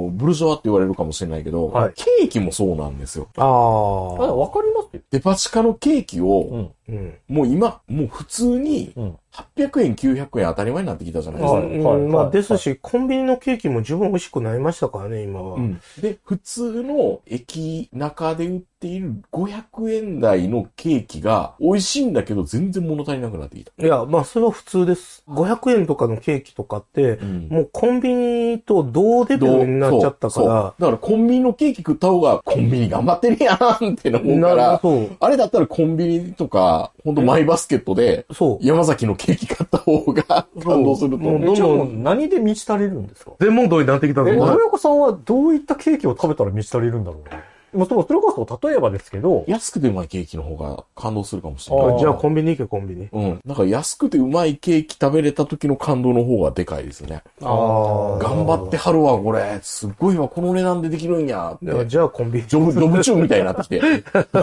Speaker 3: もう、ブルジョワって言われるかもしれないけど、
Speaker 4: はい
Speaker 3: ケーキもそうなんですよ。
Speaker 1: ああ。
Speaker 4: 値。あわかりますよ。
Speaker 3: デパ地下のケーキを、
Speaker 4: うん。
Speaker 1: うん。
Speaker 3: もう今、もう普通に、
Speaker 4: うん。
Speaker 3: 800円、900円当たり前になってきたじゃないです
Speaker 4: は
Speaker 3: か。
Speaker 4: い
Speaker 1: うんま
Speaker 4: は
Speaker 1: あ、
Speaker 4: い
Speaker 1: ですし、コンビニのケーキも十分美味しくなりましたからね、今は。
Speaker 3: うんで、普通の駅中で売っている500円台のケーキが美味しいんだけど全然物足りなくなってきた。
Speaker 1: いや、まあ、それは普通です。500円とかのケーキとかって、もうコンビニと同レベルになっちゃった
Speaker 3: そう
Speaker 1: か
Speaker 3: そうだからコンビニのケーキ食った方がコンビニ頑張ってるやんって
Speaker 1: ら、
Speaker 3: 思うから、
Speaker 1: そう。
Speaker 3: あれだったらコンビニとか、ほんとマイバスケットで
Speaker 1: そう。
Speaker 3: 山崎のケーキ買った方が感動すると
Speaker 1: もう
Speaker 3: 思う。
Speaker 1: どん
Speaker 4: じゃあ
Speaker 1: ど
Speaker 4: も
Speaker 1: ん、
Speaker 4: う何で満ち足れるんですか
Speaker 1: 全問答になってきた
Speaker 4: え、
Speaker 1: ぞ。
Speaker 4: 親子さんはどういったケーキを食べたら満ち足れるんだろうな。まあ、それこそ、例えばですけど、
Speaker 3: 安くてうまいケーキの方が感動するかもしれ
Speaker 4: あ
Speaker 3: ない
Speaker 4: ー。
Speaker 1: じゃあコンビニ行け、コンビニ。
Speaker 3: うん。なんか安くてうまいケーキ食べれた時の感動の方がでかいですね。
Speaker 1: あ
Speaker 4: ー
Speaker 3: 頑張ってはるわ、これ。すっごいわ、この値段でできるんや。って
Speaker 1: て。じゃあコンビニ。
Speaker 3: ジョブ、ジョブチューンみたいになってきて。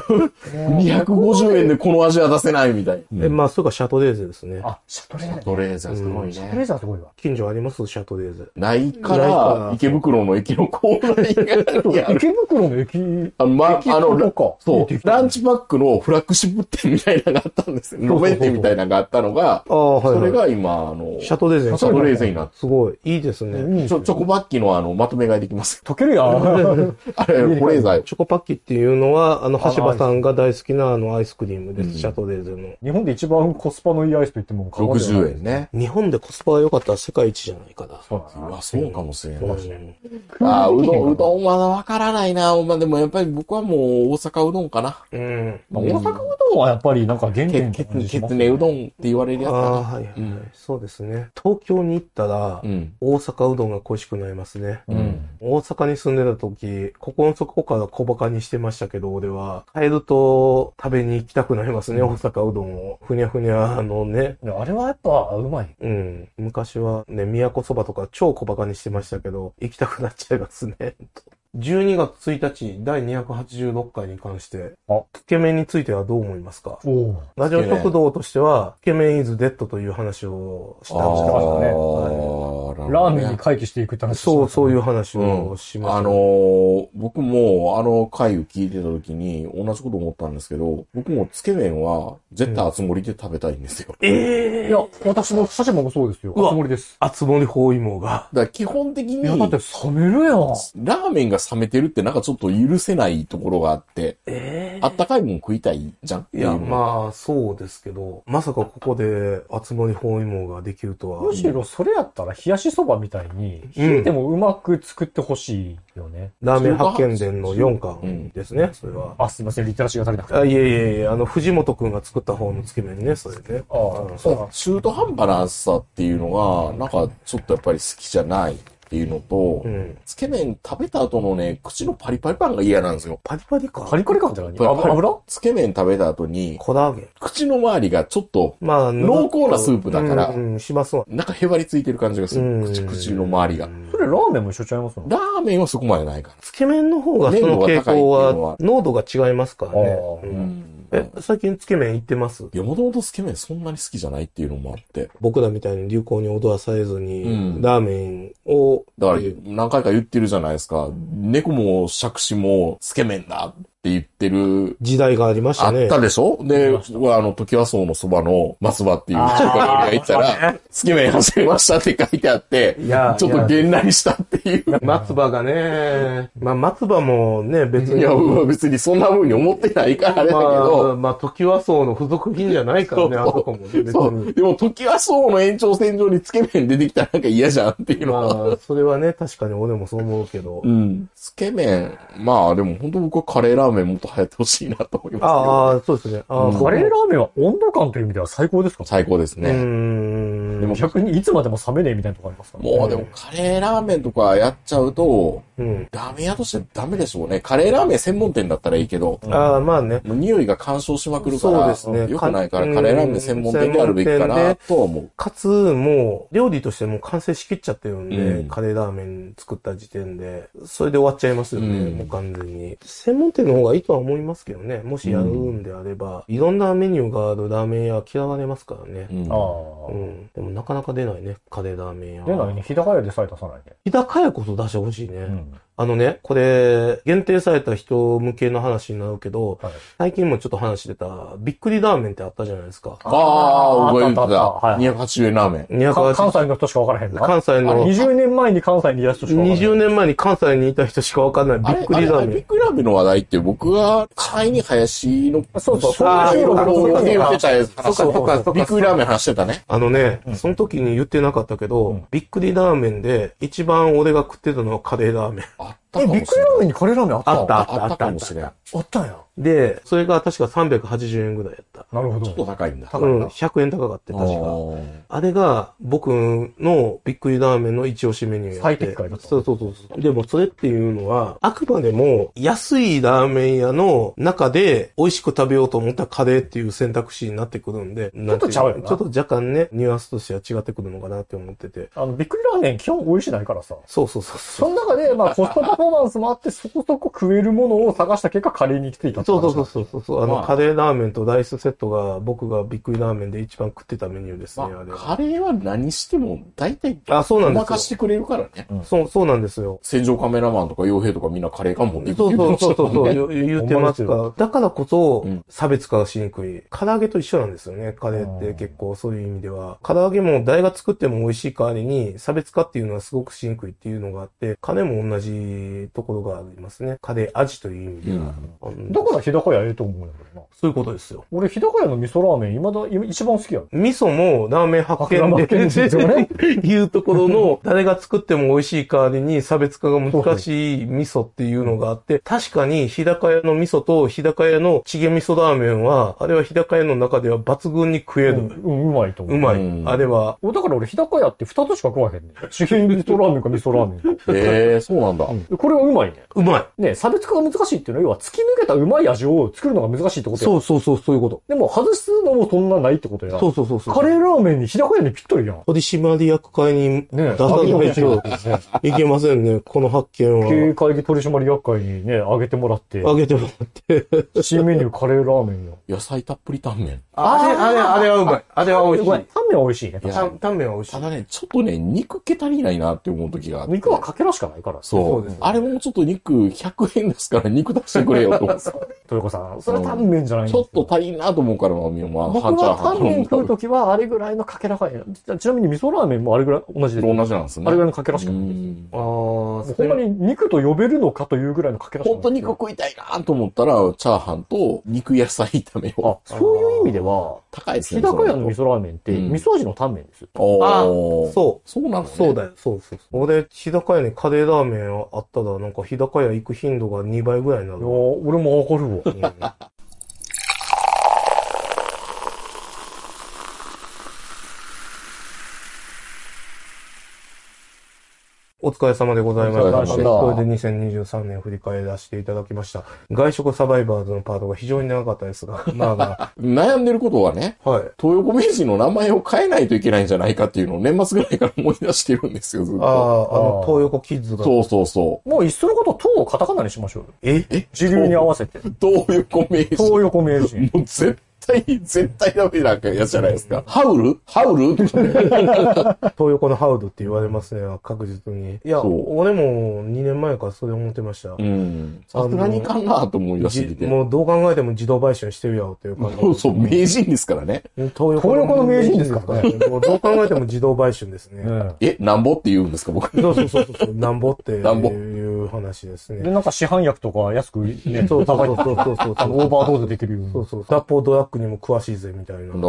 Speaker 3: 250円でこの味は出せないみたい。
Speaker 1: え、まあ、それかシャトレーゼですね。
Speaker 4: あ、シャトレーゼ。
Speaker 3: トレーザーすごい
Speaker 4: シャトレー
Speaker 3: ね。
Speaker 4: ゼはすごいわ。
Speaker 1: 近所ありますシャトレーゼ。
Speaker 3: ないか
Speaker 1: ないか、
Speaker 3: ら
Speaker 1: ら
Speaker 3: 池袋の駅のコ ーナーにある。
Speaker 4: 池袋の駅、
Speaker 3: あの、ま、
Speaker 4: 駅
Speaker 3: あの、
Speaker 4: と
Speaker 3: ラ
Speaker 4: か。
Speaker 3: そう、ランチパックのフラッグシップ店みたいなのがあったんですよ。路面店みたいなのがあったのが、
Speaker 1: ああ、はい、
Speaker 3: そ
Speaker 1: は
Speaker 3: れ
Speaker 1: い。
Speaker 3: が今、あの、
Speaker 1: シャトレーゼ
Speaker 3: シ
Speaker 1: に
Speaker 3: ャトレーゼになって、
Speaker 1: すごい。いいです
Speaker 4: う
Speaker 1: ね。
Speaker 4: ん。
Speaker 3: ちょチョコバッキーのあの、まとめ買いできます。
Speaker 4: 溶けるやん。
Speaker 3: あれ、保冷剤。
Speaker 1: チョコパッキっていうのは、あの、
Speaker 4: あの
Speaker 1: 橋場さんが大好きなあのアイスクリームで
Speaker 3: うん
Speaker 1: す。シャトレーゼの。
Speaker 4: 日本で一番コスパのいいアイスと言っても過言ではない
Speaker 3: 60円。ね。
Speaker 1: 日本でコスパが良かったら世界一じゃないかな。
Speaker 4: そうなんです
Speaker 3: うわ、そうかもしれない。
Speaker 1: うん
Speaker 3: ああ、うどん、うどんはわからないな。まあでもやっぱり僕はもう大阪うどんかな。
Speaker 1: うん。
Speaker 4: まあ大阪うどんはやっぱりなんか原
Speaker 3: け
Speaker 4: 点
Speaker 3: け
Speaker 4: って感じ
Speaker 3: つ、
Speaker 4: し
Speaker 3: け
Speaker 4: ま
Speaker 3: つ
Speaker 4: す
Speaker 3: ねうどんって言われるや
Speaker 1: あ
Speaker 3: つか
Speaker 1: あ、
Speaker 3: な。
Speaker 1: はいはい、
Speaker 3: うん
Speaker 1: そうですね。東京に行ったら、
Speaker 3: うん。
Speaker 1: 大阪うどんが恋しくなりますね。
Speaker 3: うん。
Speaker 1: 大阪に住んでた時、ここの底から小馬鹿にしてましたけど、俺は、帰ると食べに行きたくなりますね、大阪うどんを。ふにゃふにゃ、あのね。
Speaker 4: あれはやっぱうまい。
Speaker 1: うん。昔はね、宮古そばとか超小馬鹿にしてましたけど、行きたくなっちゃいますね。12月1日、第286回に関して
Speaker 4: あ、
Speaker 1: つけ麺についてはどう思いますか
Speaker 4: おお。
Speaker 1: ラジオ食堂としては、つけ麺イズデッドという話をしたんです
Speaker 4: あ
Speaker 1: よ。
Speaker 3: ーなるほどね
Speaker 4: ラーメンに回帰していくって話して
Speaker 1: そ
Speaker 4: ま
Speaker 1: う、
Speaker 4: したね
Speaker 1: そういう話をしました。
Speaker 3: あのー僕もあの回を聞いてた時に同じこと思ったんですけど、僕もつけ麺は絶対熱盛で食べたいんですよ。
Speaker 1: ええ
Speaker 4: いや、私も、シャシもそうですよ。
Speaker 1: うわ
Speaker 4: つもりです。
Speaker 1: あつ森包囲網が。
Speaker 3: だから基本的に、
Speaker 4: いや、だって
Speaker 3: ラ
Speaker 4: 冷めるやん。
Speaker 3: ーメンが冷めてるってなんかちょっと許せないところがあって、
Speaker 1: え
Speaker 3: あったかいもん食いたいじゃんって
Speaker 1: い
Speaker 3: いうの
Speaker 1: や、
Speaker 3: が
Speaker 1: まあ、そうですけど、まさかここで、あつ森包囲網ができるとは。
Speaker 4: むしろそれやったら冷やしそばみたいに、
Speaker 1: うん
Speaker 4: 冷えてもうまく作ってほしいよね。
Speaker 1: ラーメン発見伝の4巻ですね、それは。
Speaker 4: あ、すいません、リテラシーが足りなくて。
Speaker 1: あいえいえいえ、あの、藤本くんが作った方のつけ麺ね、それね。
Speaker 4: ああ、そうなん
Speaker 3: 中途半端な暑さっていうのが、なんかちょっとやっぱり好きじゃないっていうのと、
Speaker 1: うん。
Speaker 3: つけ麺食べた後のね、口のパリパリパンが嫌なんですよ。
Speaker 1: パリパリか。
Speaker 4: カリカリ感じゃない油油
Speaker 3: つけ麺食べた後に、
Speaker 1: コラーゲン。
Speaker 3: 口の周りがちょっと、
Speaker 1: まあ、
Speaker 3: 濃厚なスープだから
Speaker 1: うん、うんしますわ。
Speaker 3: なんかへばりついてる感じがす
Speaker 1: う
Speaker 3: る。
Speaker 1: ん
Speaker 3: 口、口の周りが。
Speaker 4: それラーメンも一緒ちゃいますの
Speaker 3: ラーメンはそこまでないか
Speaker 1: つけ麺の方がその傾向
Speaker 3: 麺度が高いっていうのは
Speaker 1: は、濃度が違いますからね。
Speaker 4: ああ
Speaker 1: う
Speaker 3: ら。
Speaker 1: んえ、最近つけ麺行ってます
Speaker 3: いや、もともとつけ麺そんなに好きじゃないっていうのもあって。
Speaker 1: 僕らみたいに流行に踊らされずに、
Speaker 3: うん
Speaker 1: ラーメンを、
Speaker 3: だから
Speaker 1: っていう、
Speaker 3: 何回か言ってるじゃないですか。猫も、杓子も、つけ麺だって言ってる。
Speaker 1: 時代がありまし
Speaker 3: あ
Speaker 1: たね。
Speaker 3: ったでしょで、
Speaker 4: あり
Speaker 3: あ
Speaker 4: ま
Speaker 3: の、時は荘のそばの松葉っていう
Speaker 4: あー
Speaker 3: 中華料理屋行った
Speaker 1: そう
Speaker 3: ら、つけ麺始めましたって書いてあって、
Speaker 1: いや、
Speaker 3: ちょっと
Speaker 1: いや
Speaker 3: げんなりしたっていう。
Speaker 1: 松葉がね、まあ松葉もね、別
Speaker 3: い
Speaker 1: に。
Speaker 3: や、まあ別にそんな風に思ってないからあれだけ
Speaker 1: まあ、
Speaker 3: ど、
Speaker 1: まあ、時はそうの付属品じゃないからね、あ
Speaker 3: そう
Speaker 1: そこもね、別
Speaker 3: そう。
Speaker 1: に。
Speaker 3: でも、時はそうの延長線上につけ麺出てきたらなんか嫌じゃんっていうのは。
Speaker 1: まあ、それはね、確かに俺もそう思うけど
Speaker 3: う。ん。つけ麺、まあでも本当僕はカレーラーメンもっと流行ってほしいなと思いますけど。
Speaker 1: ああ、そうですね。ああ、
Speaker 3: うん
Speaker 4: カレーラーメンは温度感という意味では最高ですか
Speaker 3: 最高です
Speaker 1: うー
Speaker 3: ね。
Speaker 1: ん。
Speaker 3: でも
Speaker 4: 逆にいつまでも冷めねえみたいなとこありますからね。
Speaker 3: もうでもカレーラーメンとかやっちゃうと、
Speaker 1: うん。
Speaker 3: ラーメン屋としてダメでしょうね。カレーラーメン専門店だったらいいけど、
Speaker 1: ああ、まあね。
Speaker 3: もう匂いが干渉しまくるから、
Speaker 1: そうですね
Speaker 3: 良くないか
Speaker 1: う
Speaker 3: ら
Speaker 1: ん
Speaker 3: カレーラーメン専門店であるべきか
Speaker 1: 専門
Speaker 3: な
Speaker 1: 店
Speaker 3: とは思う。
Speaker 1: かつ、もう、料理としてもう完成しきっちゃってるんで、
Speaker 3: うん
Speaker 1: カレーラーメン作った時点で、それで終わっちゃいますよね、
Speaker 3: うん
Speaker 1: もう完全に。専門店の方がいいとは思いますけどね、もしやるんであれば、いろんなメニューがあるラーメン屋は嫌われますからね
Speaker 3: う。ん
Speaker 1: う
Speaker 4: あ
Speaker 1: ん。でもなかなか出ないね、カレーラーメン屋
Speaker 4: あ。
Speaker 1: は。
Speaker 4: でないね。日高屋でさえ出さないね。
Speaker 1: 日高屋こそ出してほしいね。
Speaker 4: うん。
Speaker 1: あのね、これ、限定された人向けの話になるけど、
Speaker 4: はい。
Speaker 1: 最近もちょっと話してた、びっくりラーメンってあったじゃないですか。
Speaker 3: ああ、覚えて
Speaker 4: あったあったあったは
Speaker 3: た。
Speaker 4: い
Speaker 3: 280円ラーメン。
Speaker 4: か
Speaker 1: 280
Speaker 4: 関西の人しか分からへんな。
Speaker 1: 関西の、
Speaker 4: 20年前に関西にいらした人しか分からへん。
Speaker 1: 20年前に関西にいた人しかわかんな
Speaker 3: あ
Speaker 1: い、び
Speaker 3: れ
Speaker 1: っくりラ
Speaker 3: あ
Speaker 1: ー
Speaker 3: れ
Speaker 1: メ
Speaker 3: びっ
Speaker 1: ン。
Speaker 3: くりラーメンの話題って僕が会に林の
Speaker 4: そうそう、そん
Speaker 1: あ
Speaker 4: な
Speaker 1: ー
Speaker 4: 収
Speaker 1: そう
Speaker 4: 録
Speaker 1: か
Speaker 4: の
Speaker 1: そうか
Speaker 4: 時には
Speaker 3: てたやつ話
Speaker 1: そうかそうかそうか
Speaker 3: びっくりラーメン話してたね。
Speaker 1: あのね
Speaker 4: う、ん
Speaker 1: その時に言ってなかったけど、
Speaker 4: うん
Speaker 1: びっくりラーメンで、一番俺が食ってたのはカレーラーメン。
Speaker 3: あった
Speaker 4: え、
Speaker 3: かもしれない。
Speaker 4: びっくりラーメンにカレーラーメンあった
Speaker 1: あった
Speaker 3: あったかもしれない。
Speaker 4: あったんや。
Speaker 1: で、それが確か380円ぐらいやった。
Speaker 4: なるほ
Speaker 3: ちょっ
Speaker 4: ど。
Speaker 3: と高いんだ。
Speaker 1: うん、100円高かって、確
Speaker 3: あ
Speaker 1: か。
Speaker 3: ー
Speaker 1: あれが僕のびっくりラーメンの一押しメニューやって。
Speaker 4: 最適解だった
Speaker 1: そうそうそうそう。でもそれっていうのは、あくまでも安いラーメン屋の中で美味しく食べようと思ったらカレーっていう選択肢になってくるんで、ちょ
Speaker 4: っとちゃうよな
Speaker 1: ちょっと若干ね、ニュアンスとしては違ってくるのかなって思ってて。
Speaker 4: あの、びっくりラーメン基本美味しないからさ。
Speaker 1: そうそうそうそ
Speaker 4: その中で、 まあ、コストパフォーマンスもあって、そこそこ食えるものを探した結果、カレーに行き着いた
Speaker 1: う。
Speaker 4: って
Speaker 1: そ
Speaker 4: 話
Speaker 1: うそうそうそうそう。あの、
Speaker 3: まあ
Speaker 1: カレーラーメンとライスセットが僕がびっくりラーメンで一番食ってたメニューですね、
Speaker 3: ま
Speaker 1: あれ
Speaker 3: あ、カ
Speaker 1: は。
Speaker 3: レーは何しても大体、
Speaker 1: あ、そうな
Speaker 3: ご
Speaker 1: ん
Speaker 3: ま
Speaker 1: で
Speaker 3: かし
Speaker 1: すよ。
Speaker 3: てくれるからね。
Speaker 1: そう、そうなんですよ。
Speaker 3: 戦場カメラマンとか傭兵とかみんなカレーかもって
Speaker 1: そうそうそうそう そう、
Speaker 3: う。
Speaker 1: 言う言うてますから。だからこそ
Speaker 3: うん、
Speaker 1: 差別化がしにくい。唐揚げと一緒なんですよね。カレーっ
Speaker 4: う
Speaker 1: て
Speaker 4: ん
Speaker 1: 結構そういう意味では。唐揚げも誰が作っても美味しい代わりに、差別化っていうのはすごくしにくいっていうのがあって、カレーも同じところがありますね。カレー味という意味では。うん
Speaker 4: だから日高屋ええと思うんだけどな。
Speaker 1: そういうことですよ。
Speaker 4: 俺、日高屋の味噌ラーメン、未だ、今一番好きやん。
Speaker 1: 味噌もラーメン発
Speaker 4: あラー メン
Speaker 1: 見
Speaker 4: 発見です
Speaker 1: で
Speaker 4: よね、
Speaker 1: いうところの、誰が作っても美味しい代わりに差別化が難しい味噌っていうのがあって、確かに日高屋の味噌と日高屋のチゲ味噌ラーメンは、あれは日高屋の中では抜群に食え
Speaker 4: う
Speaker 1: る。
Speaker 4: ん、うんうまいと思う。
Speaker 1: うまい。
Speaker 3: うん
Speaker 1: あれは。
Speaker 4: 俺だから俺、日高屋って二つしか食わへんねん。四辺味噌ラーメンか味噌ラーメンか。
Speaker 3: ええ、そうなんだ。
Speaker 4: うんこれはうまいね。
Speaker 1: うまい。
Speaker 4: ね、差別化が難しいっていうのは、要は突き抜けたうまい味を作るのが難しいってことや。
Speaker 1: うそうそう、そういうこと。
Speaker 4: でも、外すのもそんなないってことや。
Speaker 1: そうそうそうそう。
Speaker 4: カレーラーメンに日高屋にぴったりやん。
Speaker 1: 取締役会に
Speaker 4: ね
Speaker 1: 出さないといけませんね。この発見
Speaker 4: 経営
Speaker 1: は。
Speaker 4: 会議取締役会にね、あげてもらって、
Speaker 1: あげてもらって。
Speaker 4: 新メニューカレーラーメンよ。
Speaker 3: 野菜たっぷりタンメン。
Speaker 1: あれ、あれ、あれはうまい。あれは美味しい。
Speaker 4: タンメンは美味しいね。
Speaker 3: いや
Speaker 1: タンタンメンは美味しい
Speaker 3: た。だね、ちょっとね、肉気足りないなって思う時があって。
Speaker 4: 肉はかけらしかないから。
Speaker 3: そ
Speaker 1: そう
Speaker 3: う
Speaker 1: です。
Speaker 3: あれもちょっと肉100円ですから肉出してくれよと思って。
Speaker 4: 豊子さん、それはタンメンじゃないんで
Speaker 3: ち
Speaker 4: す
Speaker 3: ょ
Speaker 4: よ
Speaker 3: っと足りんなと思うから、まあ、まあ、
Speaker 4: 僕
Speaker 3: 半チャー
Speaker 4: は
Speaker 3: ハ
Speaker 4: タンメン食う
Speaker 3: ン。
Speaker 4: ときはあれぐらいのかけらがいい。ちなみに味噌ラーメンもあれぐらい同じです。
Speaker 3: 同じなんですね。
Speaker 4: あれぐらいのかけらし
Speaker 3: う
Speaker 4: かないです。
Speaker 3: ん
Speaker 1: ああ、そ
Speaker 4: ほんまに肉と呼べるのかというぐらいのかけらしかない。
Speaker 3: 本当肉食いたいなと思ったら、チャーハンと肉野菜炒めを。
Speaker 4: あ、そういう意味では、
Speaker 3: 高いで
Speaker 4: 日
Speaker 3: すね。
Speaker 4: 高屋の味噌ラーメンって
Speaker 3: うん
Speaker 4: 味噌味のタンメンですよ。
Speaker 1: あ
Speaker 3: おー
Speaker 1: そう。
Speaker 3: そうなのね
Speaker 1: そうだよ。そうそうそう。俺、日高屋にカレーラーメンあったら、なんか日高屋行く頻度が2倍ぐらいにない
Speaker 4: やー
Speaker 1: る。
Speaker 4: 俺もわかるわ。
Speaker 1: お疲れ様でございました。
Speaker 3: お疲れ様
Speaker 1: これで2023年振り返らせていただきました。外食サバイバーズのパートが非常に長かったですが、まあま
Speaker 3: 悩んでることはね、
Speaker 1: あ、はい。
Speaker 3: 東横名人の名前を変えないといけないんじゃないかっていうのを年末ぐらいから思い出してるんですよ、ずっ
Speaker 1: あ
Speaker 3: と。
Speaker 1: あ、あの
Speaker 4: あ、ー
Speaker 1: 東横キッズが。
Speaker 3: そうそうそ
Speaker 4: もういっそのこと、塔をカタカナにしましょうよ。
Speaker 1: え
Speaker 3: え
Speaker 4: 時流に合わせ て。
Speaker 3: う。東横名人。
Speaker 4: 東横名人。
Speaker 3: もう絶対、絶対ダメなやつじゃないですか。ハウルハウル
Speaker 1: 東横のハウルって言われますね、確実に。いや、
Speaker 3: そう
Speaker 1: 俺も2年前からそれ思ってました。
Speaker 3: うん。さすがにいかんなと思い出してき
Speaker 1: じ
Speaker 3: て。
Speaker 1: もうどう考えても自動買収してるやろっていう感じ。
Speaker 3: そうそう、名人ですからね。
Speaker 1: 東横の
Speaker 4: 東横の名人ですか
Speaker 1: 名人ですからねもうどう考えても自動買収ですね。
Speaker 4: ね
Speaker 3: え、なんぼって言うんですか、僕。
Speaker 1: そうそうそうそう、なんぼって
Speaker 3: なんぼ
Speaker 1: いう話です
Speaker 4: で、
Speaker 1: ね。
Speaker 4: なんか市販薬とか安くね、
Speaker 1: そうそう
Speaker 4: 高
Speaker 1: そ
Speaker 4: いう
Speaker 1: そうそうそう。
Speaker 4: あの、オーバードーズできるように。
Speaker 1: そうそう。脱法ドラッグにも詳しいぜ、みたいな。
Speaker 3: だからね、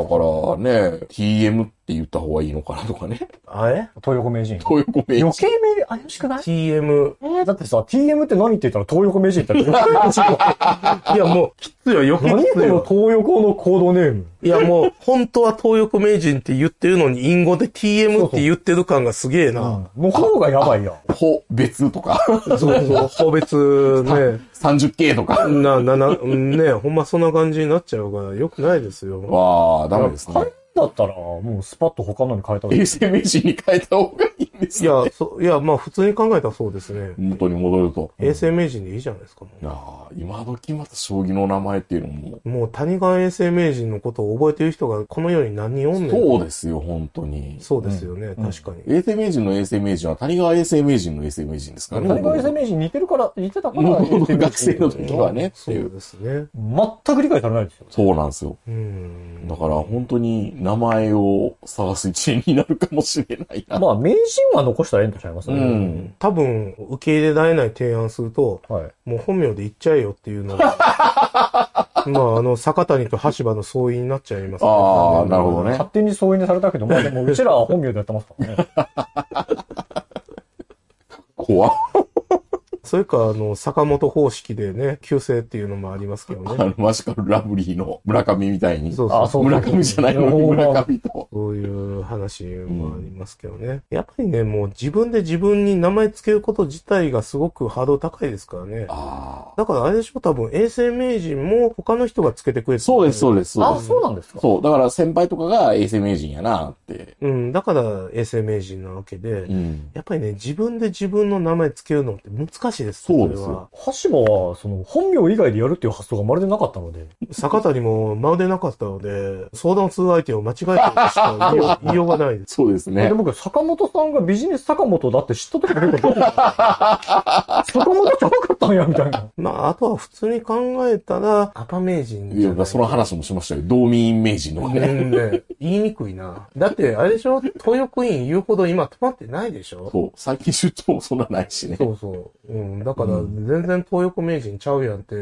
Speaker 3: TM って言った方がいいのかなとかね。
Speaker 1: あれ
Speaker 4: 東横名人。
Speaker 3: 東横名
Speaker 4: 余
Speaker 3: 人。
Speaker 4: 計名怪しくない
Speaker 1: ?TM。
Speaker 4: えーだってさ、TM って何って言ったら東横名人って言ったら余計名人。
Speaker 1: いや、もう、きついよ、余計
Speaker 4: 何
Speaker 1: き
Speaker 4: こ
Speaker 1: つい
Speaker 4: の
Speaker 1: よ。
Speaker 4: 東横のコードネーム。
Speaker 1: いや、もう、本当は東横名人って言ってるのに、隠語で TM って言ってる感がすげえな。
Speaker 4: の方がやばいやん。
Speaker 3: ほ、別とか、
Speaker 1: そうそう、個別 ね。
Speaker 3: 30K とか。
Speaker 1: な、な、な、ね、ほんまそんな感じになっちゃうから、よくないですよ。
Speaker 3: わあ、ダメです
Speaker 4: 変え
Speaker 3: ね
Speaker 4: ん。だったら、もうスパッと他のに変えたらいい
Speaker 3: 衛。生名人に変えた方がいいんです
Speaker 1: いや、そ、いや、まあ普通に考えたらそうですね。
Speaker 3: 元に戻ると。
Speaker 1: 衛生名人でいいじゃないですか。もう
Speaker 3: ああ、今時また将棋の名前っていうのも、
Speaker 1: もう谷川衛生名人のことを覚えてる人がこの世に何人おんねん。
Speaker 3: そうですよ、本当に。
Speaker 1: そうですよね、確かに。
Speaker 3: 衛生名人の衛生名人は谷川衛生名人の衛生名人ですからね。
Speaker 4: 谷川衛生名人似てるから、似てたから、
Speaker 3: 学生の時はね、って
Speaker 1: そ
Speaker 3: いうう。
Speaker 1: ですね。
Speaker 4: 全く理解されないですよ。
Speaker 3: そうなんですよ。
Speaker 1: うん。
Speaker 3: だから本当に名前を探す一年になるかもしれないな。
Speaker 4: まあ、名人は残したらええんとちゃいます
Speaker 3: う
Speaker 4: ね。
Speaker 3: ん。
Speaker 1: 多分、受け入れられない提案すると、
Speaker 4: はい。
Speaker 1: もう本名で言っちゃえよっていうの が、まあ、あの、坂谷と橋場の相違になっちゃいますね
Speaker 3: ああ、なるほど。ね。
Speaker 4: 勝手に総意にされたけど、まあでも、うちらは本名でやってます からね。
Speaker 3: 怖っ
Speaker 1: それか、あの、坂本方式でね、旧姓っていうのもありますけど
Speaker 3: あ
Speaker 1: ね。
Speaker 3: の、マジカルラブリーの村上みたいに。
Speaker 1: そうそう
Speaker 4: あ、そう
Speaker 3: 村上じゃないのに村上と。
Speaker 1: そういう話もありますけどね。やっぱりね、もう自分で自分に名前つけること自体がすごくハードル高いですからね。
Speaker 3: ああ。
Speaker 1: だからあれでしょ、多分衛生名人も他の人がつけてくれて。
Speaker 3: そうです、そううです、そう
Speaker 4: あ、
Speaker 3: です。
Speaker 4: そうなんですか。
Speaker 3: そう、だから先輩とかが衛生名人やなって。
Speaker 1: うん、だから衛生名人なわけで、
Speaker 3: うん。
Speaker 1: やっぱりね、自分で自分の名前つけるのって難しいです。
Speaker 3: そうです
Speaker 1: れは。
Speaker 4: 橋場は、その、本名以外でやるっていう発想がまるでなかったので。
Speaker 1: 坂谷もまるでなかったので、相談する相手を間違えてるとしか言いよう言いようがないです。
Speaker 3: そうですね
Speaker 4: で、。僕、坂本さんがビジネス坂本だって知った時が結構、 坂本って分かったんや、みたいな。
Speaker 1: まあ、あとは普通に考えたら、パパ名人
Speaker 3: い
Speaker 1: じゃな
Speaker 3: や、
Speaker 1: い。
Speaker 3: その話もしましたよ。道民名人の
Speaker 1: う
Speaker 3: ね。
Speaker 1: んね、言いにくいな。だって、あれでしょ 東横イン言うほど今止まってないでしょ
Speaker 3: そう。最近出張もそんなないしね。
Speaker 1: そうそう。うん。だから、
Speaker 3: う
Speaker 1: 全然東横名人ちゃうやんって、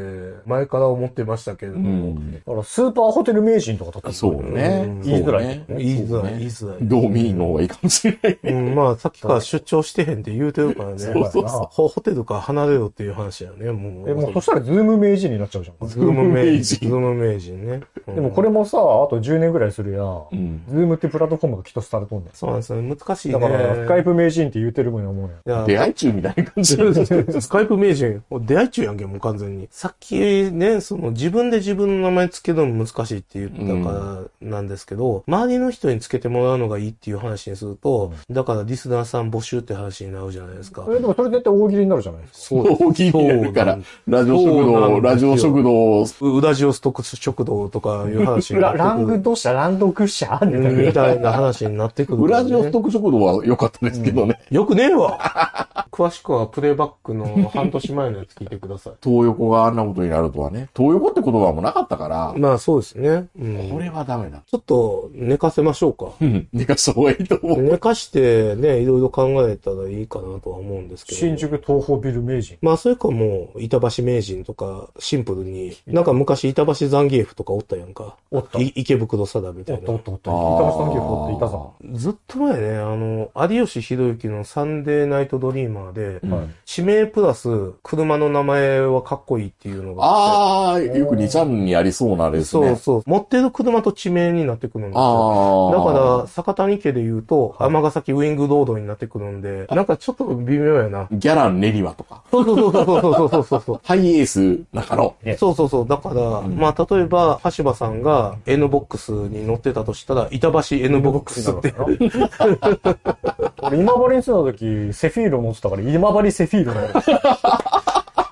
Speaker 1: 前から思ってましたけれど
Speaker 3: う
Speaker 1: も。
Speaker 3: ん。
Speaker 4: だから、スーパーホテル名人とかだった
Speaker 3: そうね
Speaker 1: うん。
Speaker 4: 言いづらい
Speaker 3: そうね
Speaker 1: 言いづらい、
Speaker 3: そうね
Speaker 1: 言いづらい。
Speaker 3: 道民の方がいいかもしれない。
Speaker 1: うん、まあ、さっきから出張してへんって言うてるからね。
Speaker 4: そうそうそう
Speaker 1: ホホテルから離れろっていう話だよね、もう。
Speaker 4: え、もうそしたらズーム名人になっちゃうじゃん。
Speaker 1: ズーム名
Speaker 3: ズ
Speaker 1: 人。ズ
Speaker 3: ー
Speaker 1: ーム名人ね。うん
Speaker 4: でもこれもさ、あと10年ぐらいするやん。
Speaker 3: うん。
Speaker 4: ズームってプラットフォームがきっとされとんねん。
Speaker 1: そうなんですよね。難しいね。
Speaker 4: だから、スカイプ名人って言うてるもんや思うねん。
Speaker 1: いや
Speaker 3: 出会い中みたいな感じなんですよ。
Speaker 1: スカイプ名人、もう出会い中やんけ、もう完全に。さっきね、その自分で自分の名前つけるのも難しいって言ったからなんですけど、周りの人につけてもらうのがいいっていう話にすると、だからリスナーさん募集って話になるじゃないですか。
Speaker 4: え、でもそれ絶対大喜利になるじゃないです
Speaker 1: そ
Speaker 4: か。
Speaker 1: う
Speaker 3: 大きいになるから、ラジオ食
Speaker 1: そうなんです
Speaker 3: 堂、
Speaker 1: よ
Speaker 3: ラジオ食堂、
Speaker 1: ウラジオストック食堂とかいう話になってくる。
Speaker 4: ド社、 ランドクッシャーみたい
Speaker 1: みたいな話になってくる、
Speaker 3: ウラジオストック食堂は良かったですけどね。
Speaker 1: よくねえわ詳しくはプレイバックの半年前のやつ聞いてくださ
Speaker 3: 東横があんなことになるとはね。東横って言葉もなかったから
Speaker 1: い。、まあそうですね。うん
Speaker 3: これはダメだ。
Speaker 1: ちょっと寝かせましょうか。
Speaker 3: うん。寝かした方がいいと思う。
Speaker 1: 寝かしてね、いろいろ考えたらいいかなとは思うんですけど。
Speaker 4: 新宿東宝ビル名人。
Speaker 1: まあ、それかもう、板橋名人とか、シンプルに、なんか昔板橋ザンギエフとかおったやんか。
Speaker 4: おった。
Speaker 1: い池袋サダみた
Speaker 4: おっ
Speaker 1: い
Speaker 4: とお
Speaker 1: な
Speaker 4: っ。とおっ
Speaker 3: あ
Speaker 4: と。板橋さん結構
Speaker 3: ー
Speaker 4: っていたさ。
Speaker 1: ずっと前ね、あの、有吉弘行のサンデーナイトドリーマーで、
Speaker 3: うん
Speaker 4: はい
Speaker 1: 地名プラス、車の名前はかっこいいっていうのがあっ
Speaker 3: ああ、よく2ちゃんにありそうなあれ
Speaker 1: て。
Speaker 3: です
Speaker 1: そう
Speaker 3: ね。
Speaker 1: そう。持ってる車と地名になってくるんですよ。
Speaker 3: ああ。
Speaker 1: だから、坂谷家で言うと、尼崎ウィングロードになってくるんで、なんかちょっと微妙やな。
Speaker 3: ら、ギャラン・レリワとか、
Speaker 1: そうそうそうそうそうそうそう。
Speaker 3: ハイエース・中野。
Speaker 1: そうそうそう。だから、まあ、例えば、橋場さんが N ボックスに乗ってたとしたら、板橋 N ボックスって。
Speaker 4: 俺今治に住んだ時、セフィーロ持ってたから、今治セフィーロなの。